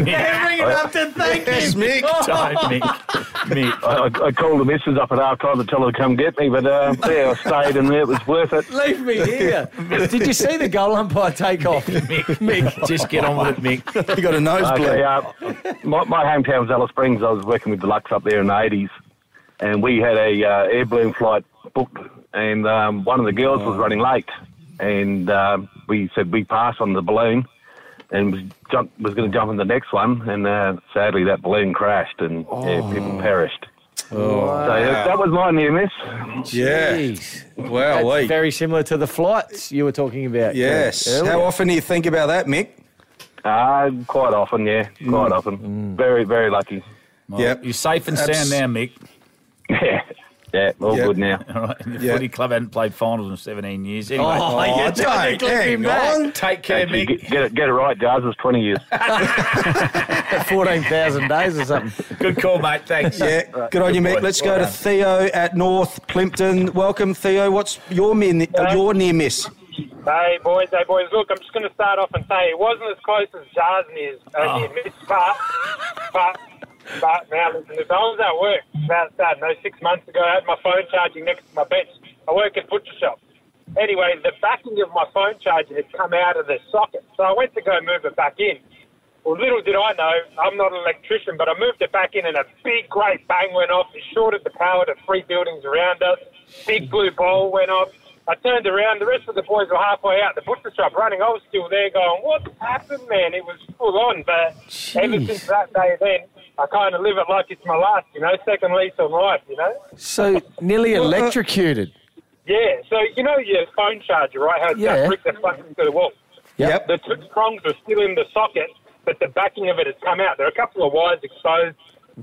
A: Yeah, bring it up to thank
D: Yes,
A: him. (laughs)
Q: (laughs)
D: Mick.
B: Mick. Mick.
Q: I, I, I called the missus up at halftime to tell her to come get me, but uh, yeah, I stayed and it was worth it.
A: Leave me
Q: (laughs)
A: here. Did you see the goal umpire take off? (laughs) Mick,
B: Just get on with it, Mick.
Q: (laughs)
D: (laughs) You got a nosebleed.
Q: Okay, uh, my, my hometown was Alice Springs. I was working with the Lux up there in the 80s, and we had a uh, air balloon flight booked, and um, one of the girls
D: Oh.
Q: was running late, and um, we said we pass on the balloon, and was jump was going to jump in the next one, and uh, sadly that balloon crashed, and yeah,
D: Oh.
Q: people perished.
A: Oh,
Q: So yeah, that was my near miss.
D: Yeah. Wow.
A: That's
D: wait.
A: very similar to the flights you were talking about.
D: Yes.
A: earlier.
D: How often do you think about that, Mick? Mm.
Q: Uh, quite often, yeah, quite often. Very, very lucky.
D: yep.
B: You're safe and sound
D: Abs-
B: now, Mick.
Q: (laughs) yeah, yeah, all
D: Yep.
Q: good now.
B: All right. The
D: Yeah.
B: footy club hadn't played finals in 17 years. Anyway, (laughs)
A: Oh, you
D: Oh,
A: don't
D: don't
A: clip him
D: hang
A: back.
D: on.
B: take care,
Q: Actually,
B: Mick.
Q: get, get it, get it right, Jars. It was 20
R: (laughs)
Q: years.
A: 14,000 days or something.
B: (laughs) Good call, mate. Thanks.
D: Yeah, good on you, Mick.
B: boy.
D: Let's
B: Well
D: go to
B: done.
D: Theo at North Plimpton. Welcome, Theo. What's your min- uh, your near miss?
J: Hey boys, hey boys. Look, I'm just going to start off and say it wasn't as close as Jars is, uh, near miss, but but but now listen, if I was at work about that, no, six months ago, I had my phone charging next to my bench. I work at butcher shop. Anyway, the backing of my phone charger had come out of the socket, so I went to go move it back in. Well, little did I know, I'm not an electrician, but I moved it back in and a big great bang went off. It shorted the power to three buildings around us. Big blue ball went off. I turned around, the rest of the boys were halfway out the butcher shop running. I was still there going, What's happened, man? It was full on, but ever since that day then, I kind of live it like it's my last, you know, second lease on life, you know?
A: So nearly electrocuted.
J: Yeah, so you know your phone charger, right? How it's
A: Yeah.
J: yeah. brick that plugs into the wall.
D: Yep.
J: The two prongs are still in the socket, but the backing of it has come out. There are a couple of wires exposed.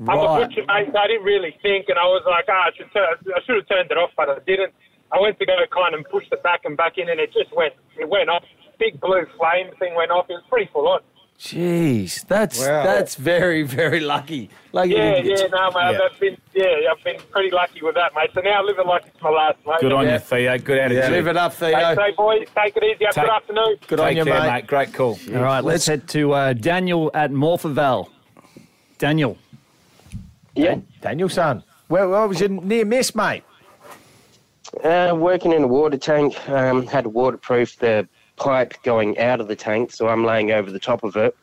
J: I'm
A: Right.
J: a butcher, mate, so I didn't really think, and I was like, ah, I should, turn, I should have turned it off, but I didn't. I went to go kind and push the back and back in, and it just went, it went off. Big blue flame thing went off. It was pretty full on.
A: Jeez, that's
D: Wow.
A: that's very very lucky. Like you
J: Yeah,
A: didn't get-
J: yeah, no, mate, I've been, yeah, I've been pretty lucky with that, mate. So now I live it like it's my last, mate.
B: Good on
J: yeah.
B: you, Theo. Good attitude.
A: Live it up, Theo.
J: Hey, so, boys, take it easy. Have a
B: Take-
J: good afternoon.
A: Good
B: Take
A: on you,
B: care,
A: mate.
B: Great call.
S: All right, let's head to uh, Daniel at Morpherval. Daniel.
A: Yeah, Daniel, son. Where, where was your near miss, mate?
T: Uh, working in a water tank, um, had to waterproof the pipe going out of the tank, so I'm laying over the top of it.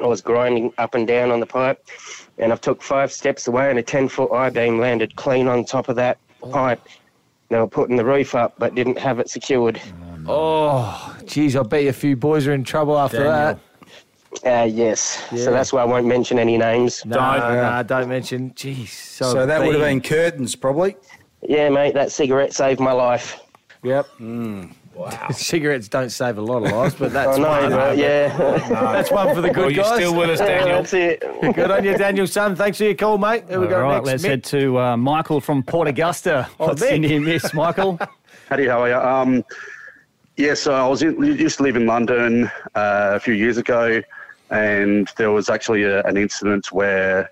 T: I was grinding up and down on the pipe, and I took five steps away, and a 10 foot I beam landed clean on top of that pipe. They were putting the roof up, but didn't have it secured.
A: Oh, geez, I bet you a few boys are in trouble after
B: Daniel.
A: that.
T: Uh, yes,
A: Yeah.
T: so that's why I won't mention any names.
A: No,
B: Don't.
A: no, don't mention. Jeez, so,
D: So that would have
A: big.
D: been curtains, probably.
T: Yeah, mate, that cigarette saved my life.
A: Yep. Mm. (laughs) Cigarettes don't save a lot of lives, but that's
T: (laughs) I know,
A: one. (laughs)
T: but yeah.
A: That's one for the
B: Well,
A: good
B: you're
A: guys.
B: still with us, Daniel.
T: that's it.
A: good on you, Daniel, son. Thanks for your call,
B: (laughs)
A: mate. Here we go
S: uh, All right,
A: next.
S: let's
A: Mick.
S: head to uh, Michael from Port
D: (laughs)
S: Augusta.
A: Oh,
S: What's in
A: Mick.
S: your miss, Michael?
U: Howdy, how are you? Um, yeah, so I was in, used to live in London uh, a few years ago, and there was actually a, an incident where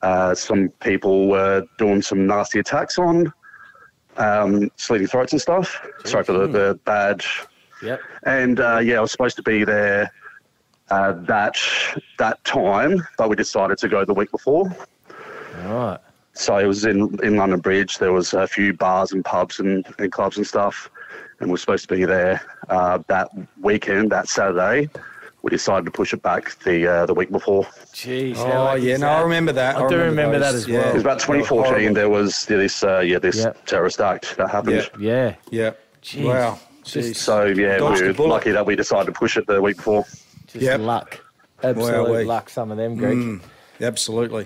U: uh, some people were doing some nasty attacks on um, sleeping throats and stuff. Sorry for the, the bad.
C: Yep.
U: And uh, yeah, I was supposed to be there uh, that that time, but we decided to go the week before.
A: All right.
U: So it was in in London Bridge. There was a few bars and pubs and, and clubs and stuff, and we are supposed to be there uh, that weekend, that Saturday. We decided to push it back the uh, the week before.
A: Jeez.
U: how
D: Oh, yeah, no, I remember that.
A: I, do remember, that
D: those,
A: as well.
U: It was about 2014. There was this uh, yeah this
A: Yep.
U: terrorist act that happened.
A: Yeah.
D: Yeah.
A: Jeez.
D: Wow.
A: Jeez.
U: So yeah,
A: Dodged
U: we
A: the
U: were
A: bullet.
U: lucky that we decided to push it the week before.
A: Just luck. Absolute
D: Wowee.
A: luck, some of them, Greg.
D: Mm, absolutely.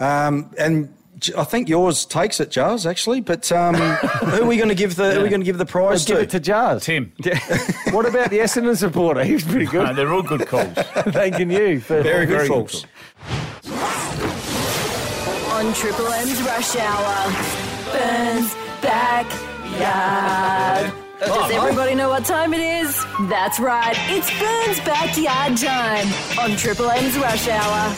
D: Um, and J- I think yours takes it, Jars. Actually, but
A: (laughs)
D: um, who are we going to give the who are we going to give the prize
A: Let's
D: to?
A: give it to Jars. Tim. (laughs) what about the Essendon supporter? He was pretty good.
B: No, they're all good
A: (laughs)
B: calls.
A: Thanking you. For
D: Very good calls.
V: On Triple M's Rush Hour, Burns Backyard. Does everybody know what time it is? That's right, it's Burns Backyard time on Triple M's
A: (laughs)
V: Rush Hour.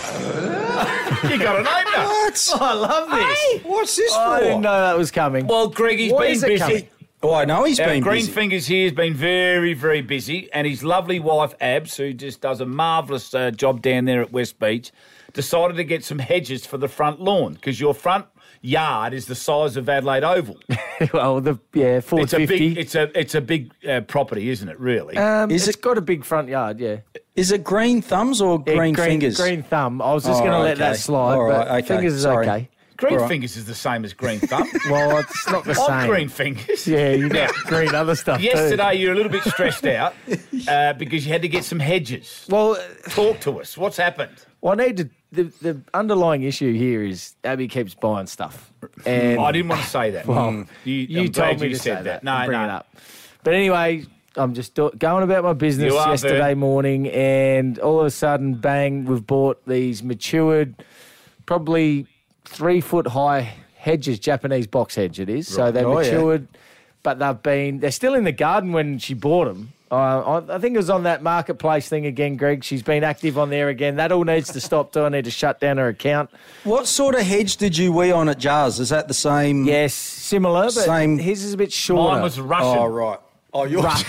B: You got an opener.
D: What?
A: Oh, I love this.
D: What's this
A: Oh, I
D: for?
A: didn't know that was coming.
B: Well, Greg, he's
A: Why
B: been
A: is it
B: busy.
A: coming?
D: Oh, I know (laughs) he's
B: Our
D: been
B: green
D: busy.
B: fingers here has been very, very busy, and his lovely wife Abs, who just does a marvellous uh, job down there at West Beach, decided to get some hedges for the front lawn because your front yard is the size of
S: (laughs)
B: Adelaide Oval.
A: (laughs) well, the yeah, four
B: It's a
A: fifty.
B: big, it's a, it's a big uh, property, isn't it? Really?
A: Um,
D: Is
A: it's got a big front yard, yeah.
D: Is it green thumbs or
A: Yeah,
D: green, fingers?
A: Green thumb. I was just
D: Oh,
A: going to let
D: okay.
A: that slide,
D: All
A: but
D: right, okay.
A: fingers is
D: Sorry.
A: okay.
B: green
D: all right.
B: fingers is the same as green thumb.
A: (laughs) Well, it's
B: (laughs)
A: not the
B: I'm
A: same.
B: green fingers.
A: Yeah, you got
B: Now,
A: green other stuff. too.
B: Yesterday, you were a little bit stressed out uh, because you had to get some hedges.
A: (laughs) Well, uh,
B: Talk to us. What's happened?
A: well, I need to. The, the underlying issue here is Abby keeps buying stuff, and
B: I didn't want to say that. Mm.
A: Well,
B: you,
A: you
B: I'm glad
A: told me
B: you
A: to
B: said
A: say that.
B: No,
A: and bring
B: no.
A: it up. But anyway, I'm just do- going about my business
B: You are,
A: yesterday
B: Vern.
A: morning, and all of a sudden, bang! We've bought these matured, probably three foot high hedges, Japanese box hedge. It is so
D: Right.
A: they're
D: Oh, yeah.
A: matured, but they've been they're still in the garden when she bought them. Uh, I, I think it was on that marketplace thing again, Greg. She's been active on there again. That all needs to stop. Do I need to shut down her account?
D: What sort of hedge did you wee on at Jars? Is that the same?
A: Yes, similar, but
D: Same-
A: his is a bit shorter.
B: Mine was Russian.
D: Oh right. Oh, yours.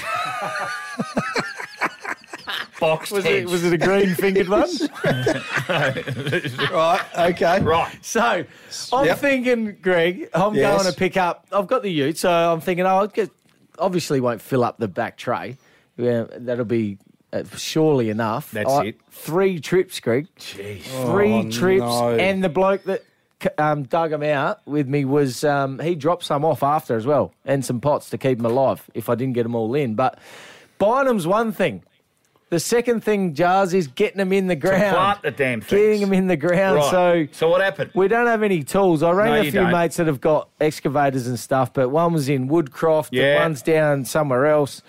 B: boxed
A: Was
B: hedge.
A: it, was it a green fingered one?
D: (laughs) right. Okay.
B: right.
A: So I'm
D: Yep.
A: thinking, Greg, I'm
D: Yes.
A: going to pick up. I've got the ute, so I'm thinking, oh, I'll get, obviously won't fill up the back tray. Yeah, that'll be uh, surely enough.
B: That's
A: I-
B: it.
A: Three trips, Greg.
B: Jeez.
A: Three
D: Oh,
A: trips,
D: no.
A: and the bloke that c- um, dug them out with me was um, he dropped some off after as well, and some pots to keep them alive if I didn't get them all in. But buying them's one thing. The second thing, Jars, is getting them in the ground.
B: plant the damn things.
A: Getting them in the ground.
B: Right.
A: So
B: what happened?
A: we don't have any tools. I rang
B: No,
A: a
B: you
A: few
B: don't.
A: mates that have got excavators and stuff, but one was in Woodcroft, and
B: Yeah.
A: one's down somewhere else,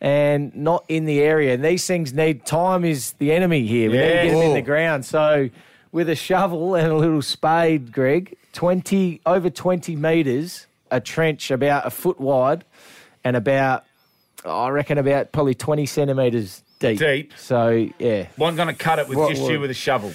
A: and not in the area. And these things need time is the enemy here. We need
B: Yeah.
A: to get them in
B: Whoa.
A: the ground. So with a shovel (laughs) and a little spade, Greg, twenty over twenty meters, a trench about a foot wide, and about I reckon about probably twenty centimeters deep.
B: Deep.
A: So yeah,
B: Wasn't going to cut it with
A: What
B: just
A: would-
B: you with a shovel.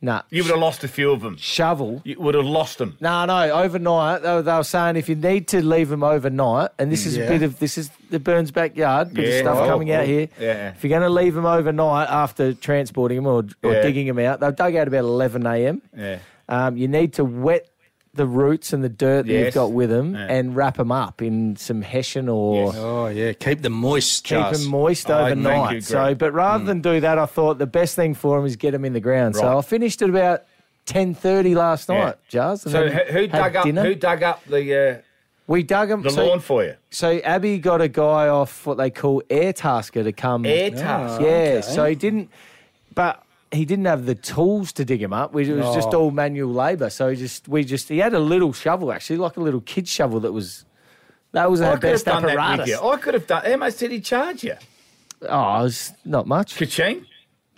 A: nah.
B: You would have lost a few of them.
A: shovel.
B: You would have lost them.
A: No, no. Overnight, they were, they were saying if you need to leave them overnight, and this is
D: Yeah.
A: a bit of this is the Burns backyard, bit
B: Yeah.
A: of stuff
B: Oh,
A: coming
B: oh,
A: out here.
B: yeah.
A: If you're going to leave them overnight after transporting them or, or
B: Yeah.
A: digging them out, they've dug out about 11 a.m.
B: Yeah.
A: Um, you need to wet the roots and the dirt that
B: Yes.
A: you've got with them
B: Yeah.
A: and wrap them up in some hessian or
D: Oh yeah. Keep them moist.
A: keep
D: Jars.
A: them moist
B: Oh, thank you,
A: overnight.
B: Greg.
A: so, but rather than do that, I thought the best thing for them is get them in the ground.
B: Right.
A: So I finished at about. 10.30 last
B: Yeah.
A: night, Jars. and
B: So
A: then
B: who, who
A: had
B: dug up?
A: dinner.
B: Who dug up the
A: We dug them.
B: uh, the
A: so,
B: lawn for you?
A: so Abby got a guy off what they call Air Tasker to come.
B: Air task.
A: Yeah. So he didn't, but he didn't have the tools to dig him up. We, it was just
B: Oh.
A: all manual labour. So he just we just he had a little shovel actually, like a little kid shovel that was. That was
B: I
A: our
B: could have
A: best
B: done that with
A: apparatus.
B: you. I could have done. How much did he charge you?
A: Oh, it's not much.
B: Kaching.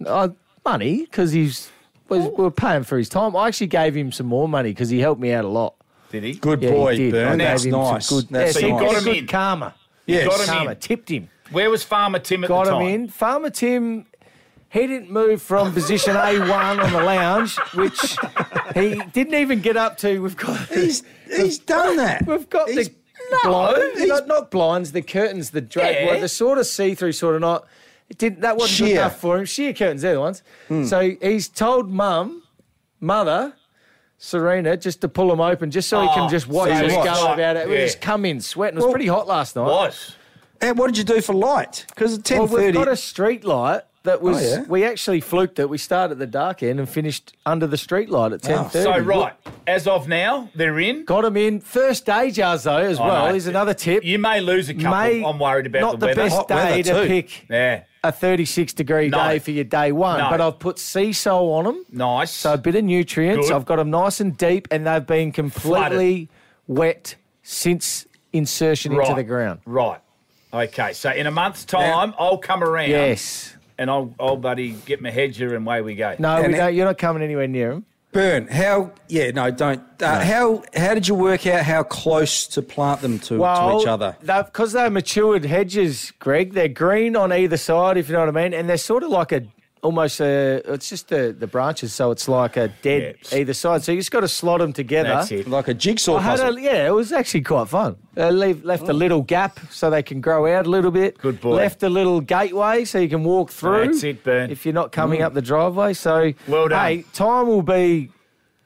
A: Oh, money because he's was,
B: Oh.
A: we were paying for his time. I actually gave him some more money because he helped me out a lot.
B: Did he?
D: Good
A: Yeah,
D: boy,
A: he did. I
D: Burn.
A: gave
D: That's
A: him some
D: nice.
A: Good,
D: That's
A: yeah, so he got
D: nice.
B: got
A: a
B: him
A: good
B: in.
A: karma.
D: Yes.
B: Got him
A: Karma
B: in.
A: tipped him.
B: Where was Farmer Tim at
A: got
B: the
A: him
B: time?
A: in. Farmer Tim, he didn't move from position A1 on the lounge, which He didn't even get up to. We've got. He's
D: (laughs) he's done that.
A: We've got the blinds. Not, not blinds. The curtains. The drag.
D: Yeah.
A: well, the sort of see through, sort of not. It didn't. That wasn't good
D: Sheer. Hmm.
A: enough for him. Sheer curtains. They're the ones. So he's told mum, mother. Serena, just to pull them open, just so he
D: Oh,
A: can just watch
D: so he
A: us
D: can
A: go
D: watch.
A: about it. We
D: Yeah.
A: just come in sweating. It was
D: Well,
A: pretty hot last night.
D: was. And what did you do for light? Because at ten
A: Well, we've
D: thirty,
A: got a street light that was.
D: Oh, yeah?
A: We actually fluked it. We started at the dark end and finished under the street light
D: Oh.
A: at ten thirty.
B: So right, as of now, they're in.
A: Got him in first day jars though as
B: I
A: well.
B: know.
A: Here's another tip.
B: You may lose a couple.
A: May-
B: I'm worried about
A: not
B: the weather.
A: best day to pick
B: Yeah.
A: a 36 degree
B: No.
A: day for your day one,
B: No.
A: but I've put sea sole on them.
B: Nice.
A: So a bit of nutrients.
B: Good.
A: I've got them nice and deep, and they've been completely wet since insertion into
B: Right.
A: the ground.
B: Right. Okay. So in a month's time, I'll come around.
A: Yes.
B: And I'll, I'll buddy get my hedger and away we go.
A: No, we don't, you're not coming anywhere near them.
D: burn. How? Yeah, no, don't. Uh, How? How did you work out how close to plant them to, to each other?
A: Because they're matured hedges, Greg. They're green on either side, if you know what I mean, and they're sort of like a almost a. It's just the the branches, so it's like a dead either side. So you just got to slot them together.
D: That's it. Like a
A: (laughs)
D: jigsaw
A: I had a-
D: puzzle.
A: yeah, it was actually quite fun. Uh, leave, left a little gap so they can grow out a little bit. Good
B: boy.
A: Left a little gateway so you can walk through.
B: That's it, Burn.
A: If you're not coming up the driveway, so
B: Well done.
A: Hey, time will be.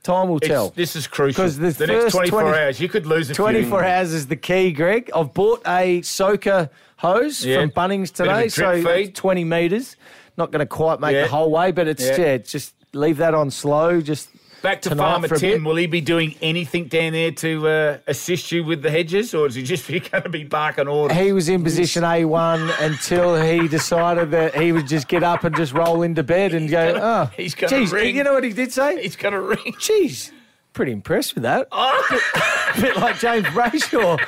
A: Time will
B: It's-
A: tell.
B: This is crucial.
A: 'Cause the
B: the next
A: first
B: 24
A: 20
B: hours, you could lose a few.
A: 24 hours is the key, Greg. I've bought a soaker hose
B: Yeah.
A: from Bunnings
B: Bit of a
A: today,
B: drip
A: so
B: feed.
A: that's 20 metres. Not going to quite make
B: Yeah.
A: the whole way, but it's
B: Yeah.
A: yeah. just leave that on slow. Just
B: Back to
A: tonight
B: Farmer
A: for a bit.
B: Tim. Will he be doing anything down there to uh, assist you with the hedges, or is he just (laughs) going to be
A: (laughs)
B: barking orders?
A: He was in position A1 until he decided that he would just get up and just roll into bed and go, oh,
B: he's gonna
A: geez,
B: ring.
A: You know what he did say?
B: He's going to ring. Oh.
A: Jeez, pretty impressed with that. a (laughs) bit like James Brayshaw.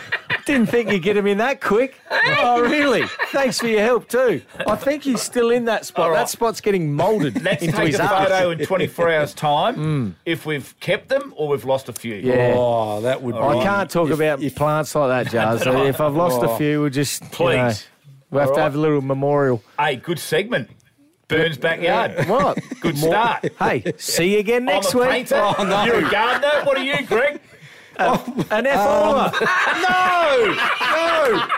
A: Didn't think you'd get him in that quick. Oh, really? Thanks for your help too. I think he's still in that spot. That spot's getting moulded
B: Let's
A: into
B: take
A: his
B: a
A: arse.
B: photo
A: (laughs)
B: in 24 hours' time if we've kept them or we've lost a few.
A: Yeah.
D: Oh, that would.
A: I can't talk about plants like that,
B: (laughs)
A: Jar. So if I've lost
B: Oh.
A: a few, we'll just you
B: Please.
A: know, we'll have
B: All
A: to have a little memorial.
B: Hey, good segment. Burns backyard.
A: What?
B: (laughs) Good
A: More-
B: start.
A: Hey, see you again next
B: I'm a
A: week. Oh,
B: Painter. You're a gardener. What are you,
A: (laughs)
B: Greg?
A: Um,
B: Um,
A: An F-homer.
B: (laughs) no,
A: no.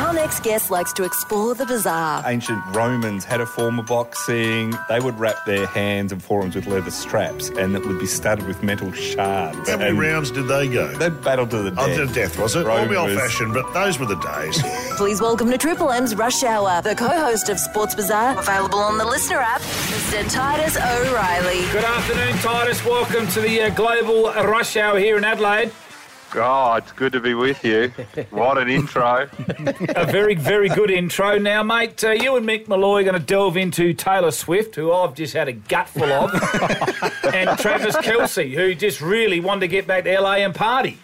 V: Our next guest likes to explore the bizarre.
F: Ancient Romans had a form of boxing. They would wrap their hands and forearms with leather straps, and it would be studded with metal shards.
W: How many
F: And
W: rounds did they go?
F: They battled to the
W: Oh,
F: death.
W: to death, was it? I'll
F: Rome
W: be old
F: was-
W: fashioned, but those were the days.
F: (laughs)
V: Please welcome to Triple M's Rush Hour, the co-host of Sports Bazaar, available on the listener app, Mr. Titus O'Reilly.
B: Good afternoon, Titus. Welcome to the uh, global rush hour here in Adelaide.
R: Oh, it's good to be with you. What an intro.
B: a very, very good intro. Now, mate, uh, you and Mick Malloy are going to delve into Taylor Swift, who I've just had a gutful of, (laughs) and Travis Kelsey, who just really wanted to get back to LA and party.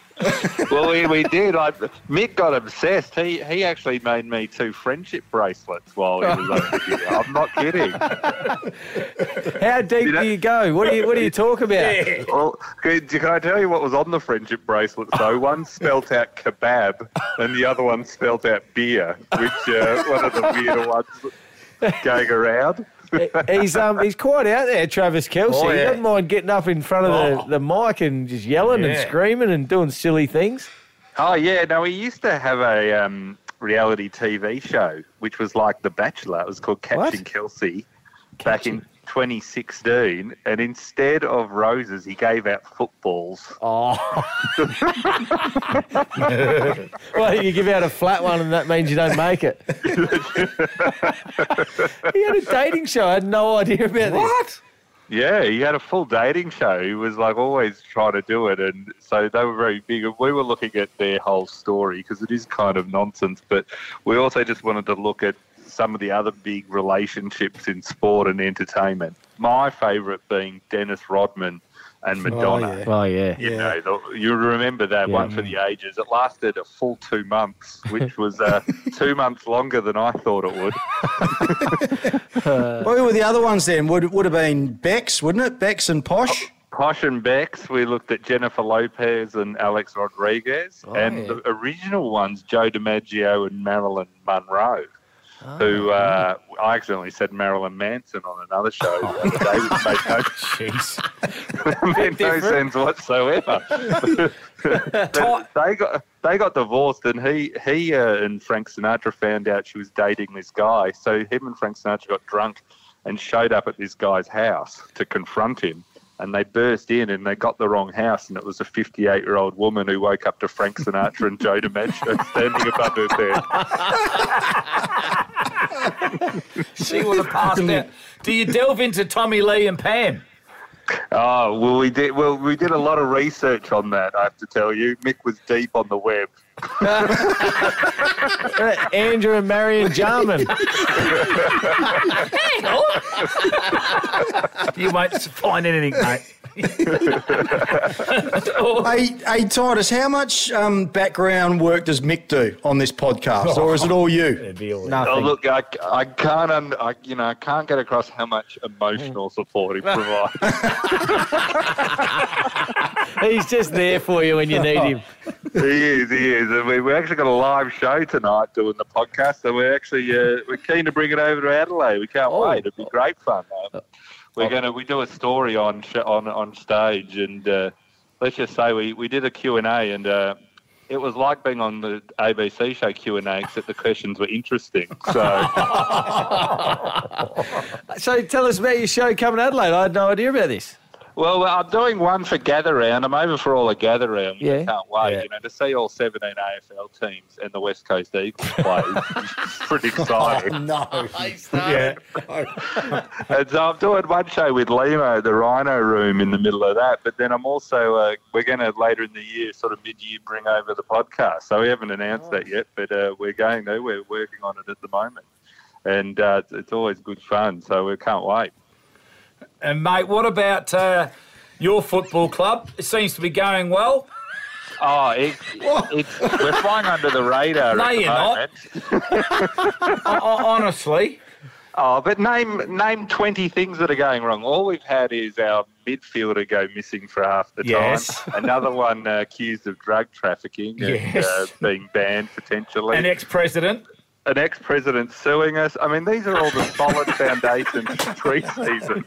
R: well, we, we did. I, Mick got obsessed. He he actually made me two friendship bracelets while he was over here. I'm not kidding.
A: How deep do you go? What do you
R: (laughs)
A: What do you talk about?
R: Well, can, can I tell you what was on the friendship bracelet? though? one spelt out kebab, and the other one spelt out beer, which uh, one of the weirder ones going around.
A: (laughs) He's um he's quite out there, Travis Kelsey.
R: Oh,
A: He
R: yeah.
A: doesn't mind getting up in front of
B: Oh.
A: the, the mic and just yelling and
R: Yeah.
A: screaming and doing silly
R: (laughs)
A: things.
R: Oh yeah, no, we used to have a um, reality TV show which was like The Bachelor. It was called Captain Kelsey back in 2016, and instead of roses, he gave out footballs.
A: Oh. well, you give out a flat one and that means you don't make it. (laughs) he had a dating show. I had no idea about what?
R: Yeah, he had a full dating show. He was like always trying to do it, and so they were very big. And we were looking at their whole story because it is kind of nonsense, but we also just wanted to look at some of the other big relationships in sport and entertainment. My favourite being Dennis Rodman and Madonna.
A: Oh, yeah.
R: You know, the- you remember that one for the ages. It lasted a full two months,
A: (laughs)
R: which was uh, two months longer than I thought it would.
D: Who were the other ones then? Would would have been Bex, wouldn't it? Bex and Posh.
R: Posh and Bex, we looked at Jennifer Lopez and Alex Rodriguez, and the original ones, Joe DiMaggio and Marilyn Monroe. who uh, I accidentally said Marilyn Manson on another show. the other day, which made no, (laughs) made no sense whatsoever. But they got they got divorced, and he he uh, and Frank Sinatra found out she was dating this guy. So him and Frank Sinatra got drunk and showed up at this guy's house to confront him. And they burst in and they got the wrong house, and it was a 58 year old woman who woke up to Frank Sinatra and Joe DiMaggio (laughs) standing above her bed.
B: she would (laughs) have passed out. Do you delve into Tommy Lee and Pam?
R: Oh well, we did. Well, we did a lot of research on that. I have to tell you, Mick was deep on the web.
A: (laughs) Andrew and Marion Jarman.
B: Hang on. (laughs) you won't find anything, mate.
D: hey, hey, Titus, how much um, background work does Mick do on this podcast, or is it (laughs) all you?
R: Oh, look, I, I can't. Un, I, you know, I can't get across how much
A: Mm.
R: emotional
A: (laughs)
R: support he provides.
A: He's just there for you when you
B: Oh.
A: need him.
R: (laughs) he is. He is. And we, we actually got a live show tonight doing the podcast, so we're actually uh, we're keen to bring it over to Adelaide. We can't
B: Oh.
R: wait. It'd be great fun.
B: Uh,
R: Um,
A: Oh.
R: we're gonna we do a story on sh- on on stage, and uh, let's just say we we did a Q and A, and uh, it was like being on the ABC show Q and A, except the questions were interesting.
A: (laughs)
R: So.
A: So tell us about your show coming to Adelaide. I had no idea about
B: (laughs)
A: this.
R: Well, I'm doing one for Gather Round. I'm over for all the Gather Round.
A: Yeah.
R: I can't wait. You know, to see all 17 AFL teams and the West Coast Eagles play is
A: (laughs)
R: pretty
A: Oh,
R: exciting.
D: no.
B: (laughs)
R: Yeah. and so I'm doing one show with Limo, the Rhino Room, in the middle of that. But then I'm also, uh, we're going to later in the year, sort of mid year, bring over the podcast. So we haven't announced that yet, but uh, we're going there. We're working on it at the moment. And uh, it's- it's always good fun. So we can't wait.
B: And mate, what about uh, your (laughs) football club? It seems to be going well.
R: Oh, it's, it's, we're flying under the radar.
B: No,
R: at the
B: you're not.
R: moment.
B: (laughs) honestly.
R: Oh, but name name twenty things that are going wrong. All we've had is our midfielder go missing for half the
B: Yes.
R: time. (laughs) Another one uh, accused of drug trafficking and
B: Yes.
R: uh, being banned potentially.
B: An ex-president.
R: An ex-president suing us. I mean, these are all the solid foundations pre-season.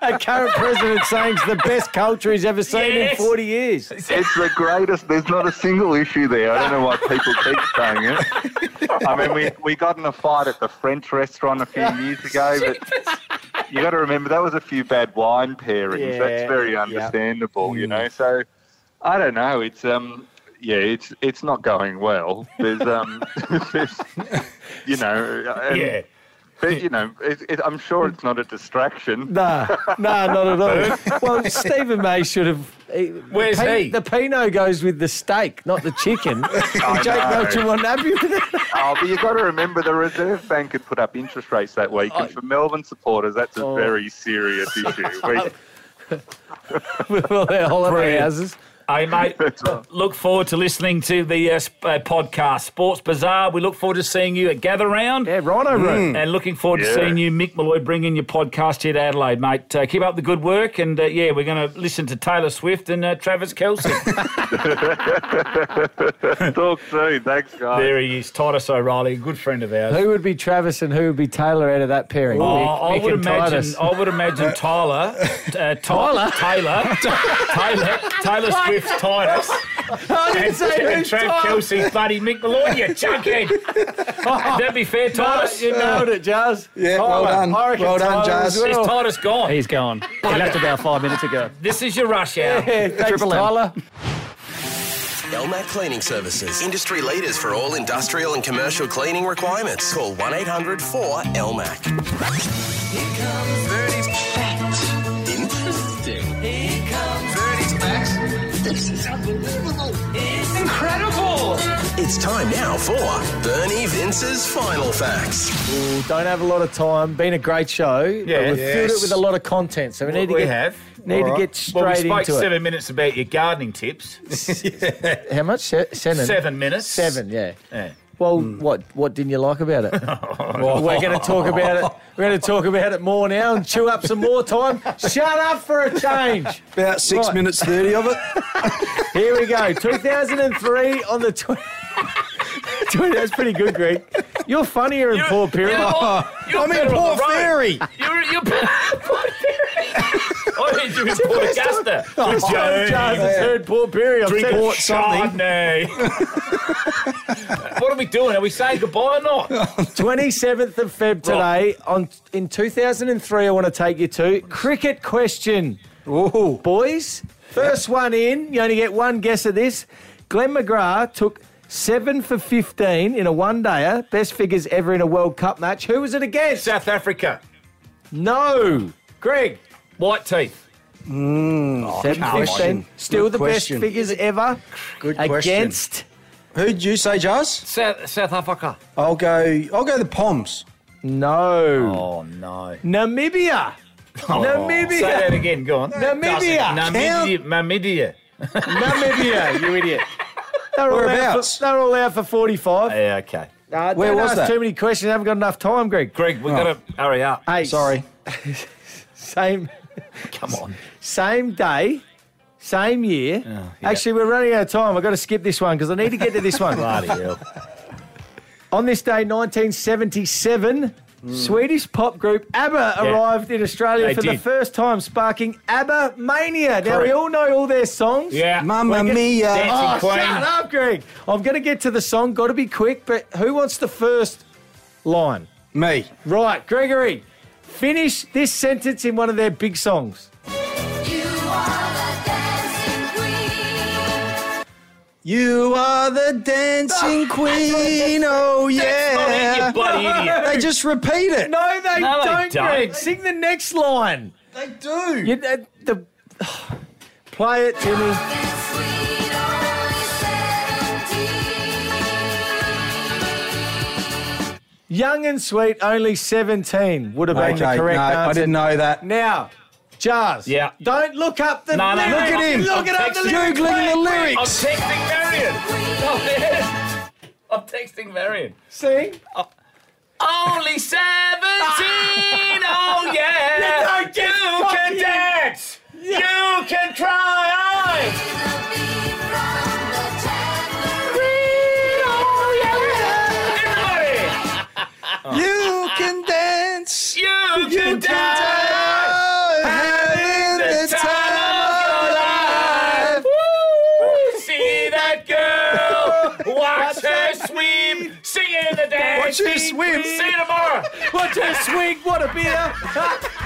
A: A current president saying it's the best culture he's ever seen in
R: Yes.
A: 40 years.
R: It's the greatest. There's not a single issue there. I don't know why people keep saying it. I mean, we, we got in a fight at the French restaurant a few years ago, but (laughs) you got to remember that was a few bad wine pairings.
F: Yeah,
R: That's very
F: yeah.
R: understandable,
A: Hmm.
R: you know. So I don't know. It's um, yeah, it's it's not going well. There's um, (laughs) there's, you know, and-
A: Yeah.
R: But you know, it, it, I'm sure it's not a distraction.
A: Nah, nah, not at
R: (laughs)
A: all.
B: (laughs)
A: Well, Stephen May should have.
R: Where's
A: Pin-
R: he?
A: The Pinot goes with the steak, not the chicken.
B: (laughs)
A: Jake
R: know.
A: Melcher wasn't happy with it.
R: (laughs) Oh, but you've got to remember the Reserve Bank had put up interest rates that week,
A: Oh.
R: and for Melbourne supporters, that's a
A: (laughs)
R: very serious issue. We,
A: With all their holiday
B: Brilliant.
A: houses.
R: (laughs)
B: Hey, mate, look forward to listening to the uh, sp- uh, podcast Sports Bazaar. We look forward to seeing you at Gather Round. Yeah,
A: Rhino Room.
B: And looking forward to
A: Yeah.
B: seeing you, Mick Malloy, bringing your podcast here to Adelaide, mate. Uh, keep up the good work. And uh, yeah, we're going to listen to Taylor Swift and uh, Travis Kelce.
R: (laughs)
B: (laughs)
R: Talk soon. Thanks, guys.
B: There he is, Titus O'Reilly, a good friend of ours.
A: Who would be Travis and who would be Taylor out of that pairing?
B: Oh,
A: Mick-
B: I
A: Mick
B: would
A: and
B: imagine.
A: Titus.
B: I would imagine
A: (laughs)
B: Tyler, uh, Tyler, Taylor, Taylor, Taylor Swift, Titus,
A: (laughs) I didn't
B: and,
A: say
B: and
A: who's
B: Trav
A: Tyler.
B: Kelsey's bloody Mick Malloy. You chunkhead. That'd be
A: (laughs)
B: fair, Titus.
A: you nailed it, Jazz.
D: Yeah, well done.
A: I reckon
D: Well done,
A: Tyler
D: Jazz.
A: as well.
B: Is Titus gone?
S: He's gone. He left about five minutes ago.
B: This is your rush hour.
S: Yeah, thanks, Triple M. Tyler.
G: Elmac Cleaning Services, industry leaders for all industrial and commercial cleaning requirements. Call 1 800 4 Elmac.
H: Interesting. Here comes Verdi's facts. This is unbelievable. It's incredible.
G: It's time now for Bernie Vince's Final Facts.
A: Ooh, don't have a lot of time. Been a great show.
B: Yeah.
A: but we've filled it
B: Yes.
A: with a lot of content, so we need to
B: we
A: get
B: have.
A: need to
B: All right.
A: get
B: well, we
A: straight
B: spoke
A: into
B: seven minutes about your
A: (laughs)
B: gardening tips.
A: it. How much? Se- Seven.
B: Seven minutes.
A: Seven. Yeah.
B: Yeah.
A: Well, what what didn't you like about it? Hmm. Well, we're going to talk about
B: (laughs)
A: it. We're going to talk about it more now and chew up some more time. Shut up for a change.
D: About six
A: Right.
D: minutes
A: (laughs)
D: thirty of it.
A: Here we go. 2003 on the tw- Johnny, that's pretty good, Greg. You're funnier in poor period.
H: you're
A: (laughs)
H: more- you're
A: I
H: better
A: mean,
H: on
A: poor
H: the road.
B: (laughs)
A: fairy.
B: You're, you're
A: (laughs)
B: poor fairy. I need Oh, you in Port Augusta.
A: First time Charles has heard poor period. I've
B: Oh, Drink
A: said
B: port
A: something.
B: Chardonnay.
A: (laughs)
B: what are we doing? Are we saying goodbye or not?
A: 27th of Feb today. On in 2003, I want to take you to cricket question. Boys, first one in. You only get one guess at this. Glenn McGrath took seven for 15 in a one-dayer, best figures ever in a World Cup match. Who was it against?
B: South Africa.
A: No, Greg.
B: White teeth.
D: Mm,
A: Seven fifteen. Still the
D: question.
A: best figures ever.
D: Good question.
A: against.
D: Who'd you say, Jazz?
B: South, South Africa.
D: I'll go. I'll go the Poms.
A: No.
B: Oh no. Oh.
A: Namibia. Namibia.
B: Say that again. Go on.
A: Namibia.
B: Namibia. Namibia.
A: Namibia, you idiot. They're all, out for, they're all out for 45.
B: (laughs) Yeah, okay.
A: Uh,
B: Where
A: don't
B: was
A: ask
B: that?
A: too many questions. I haven't got enough time, Greg.
B: Greg, we've got to hurry up.
A: Hey,
B: Sorry.
A: (laughs) Same.
B: (laughs) Come on. Oh,
A: Same day, same year. Actually, we're running out of time. I've got to skip this one because I need to get to this one.
B: (laughs) Bloody hell.
A: On this day, 1977, Swedish pop group ABBA
B: Yeah.
A: arrived in Australia
B: They
A: for the
B: did.
A: first time, sparking ABBA mania. Now, we
B: Correct.
A: all know all their songs.
B: Yeah. Mamma
A: We're gonna-
B: mia. Dancing
A: Oh,
B: Queen.
A: shut up, Greg. I'm going to get to the song. Got to be quick, but who wants the first line?
D: Me.
A: Right, Gregory. Finish this sentence in one of their big songs.
D: You are the dancing queen. Oh yeah.
H: not it,
D: (laughs)
H: you bloody idiot.
D: They just repeat it.
A: No, they
D: No, they
A: don't,
D: don't.
A: Greg. Sing the next line.
D: They do.
A: You, uh, the, play it, Jimmy. Young and sweet, only 17 would have been the
D: Okay,
A: correct
D: no, I
A: answer.
D: didn't know that.
A: Now, Jars.
D: Yeah.
A: Don't look up the
D: No, no,
A: lyrics.
D: no, Look at him.
A: Look it up the lyrics.
D: Googling the lyrics.
B: I'm texting Marion. Oh, yes. I'm texting Marion. Oh,
A: Sing.
D: (laughs)
B: Only 17. oh, yeah.
H: You don't get
B: can
H: fucking-
B: dance. You can try.
D: You can dance.
B: You
H: can dance.
D: Having the time of your life.
B: See that girl? Watch her swim. Sing in the dance.
A: Watch her swim.
B: See you tomorrow.
A: Watch her swing. What a beer. (laughs)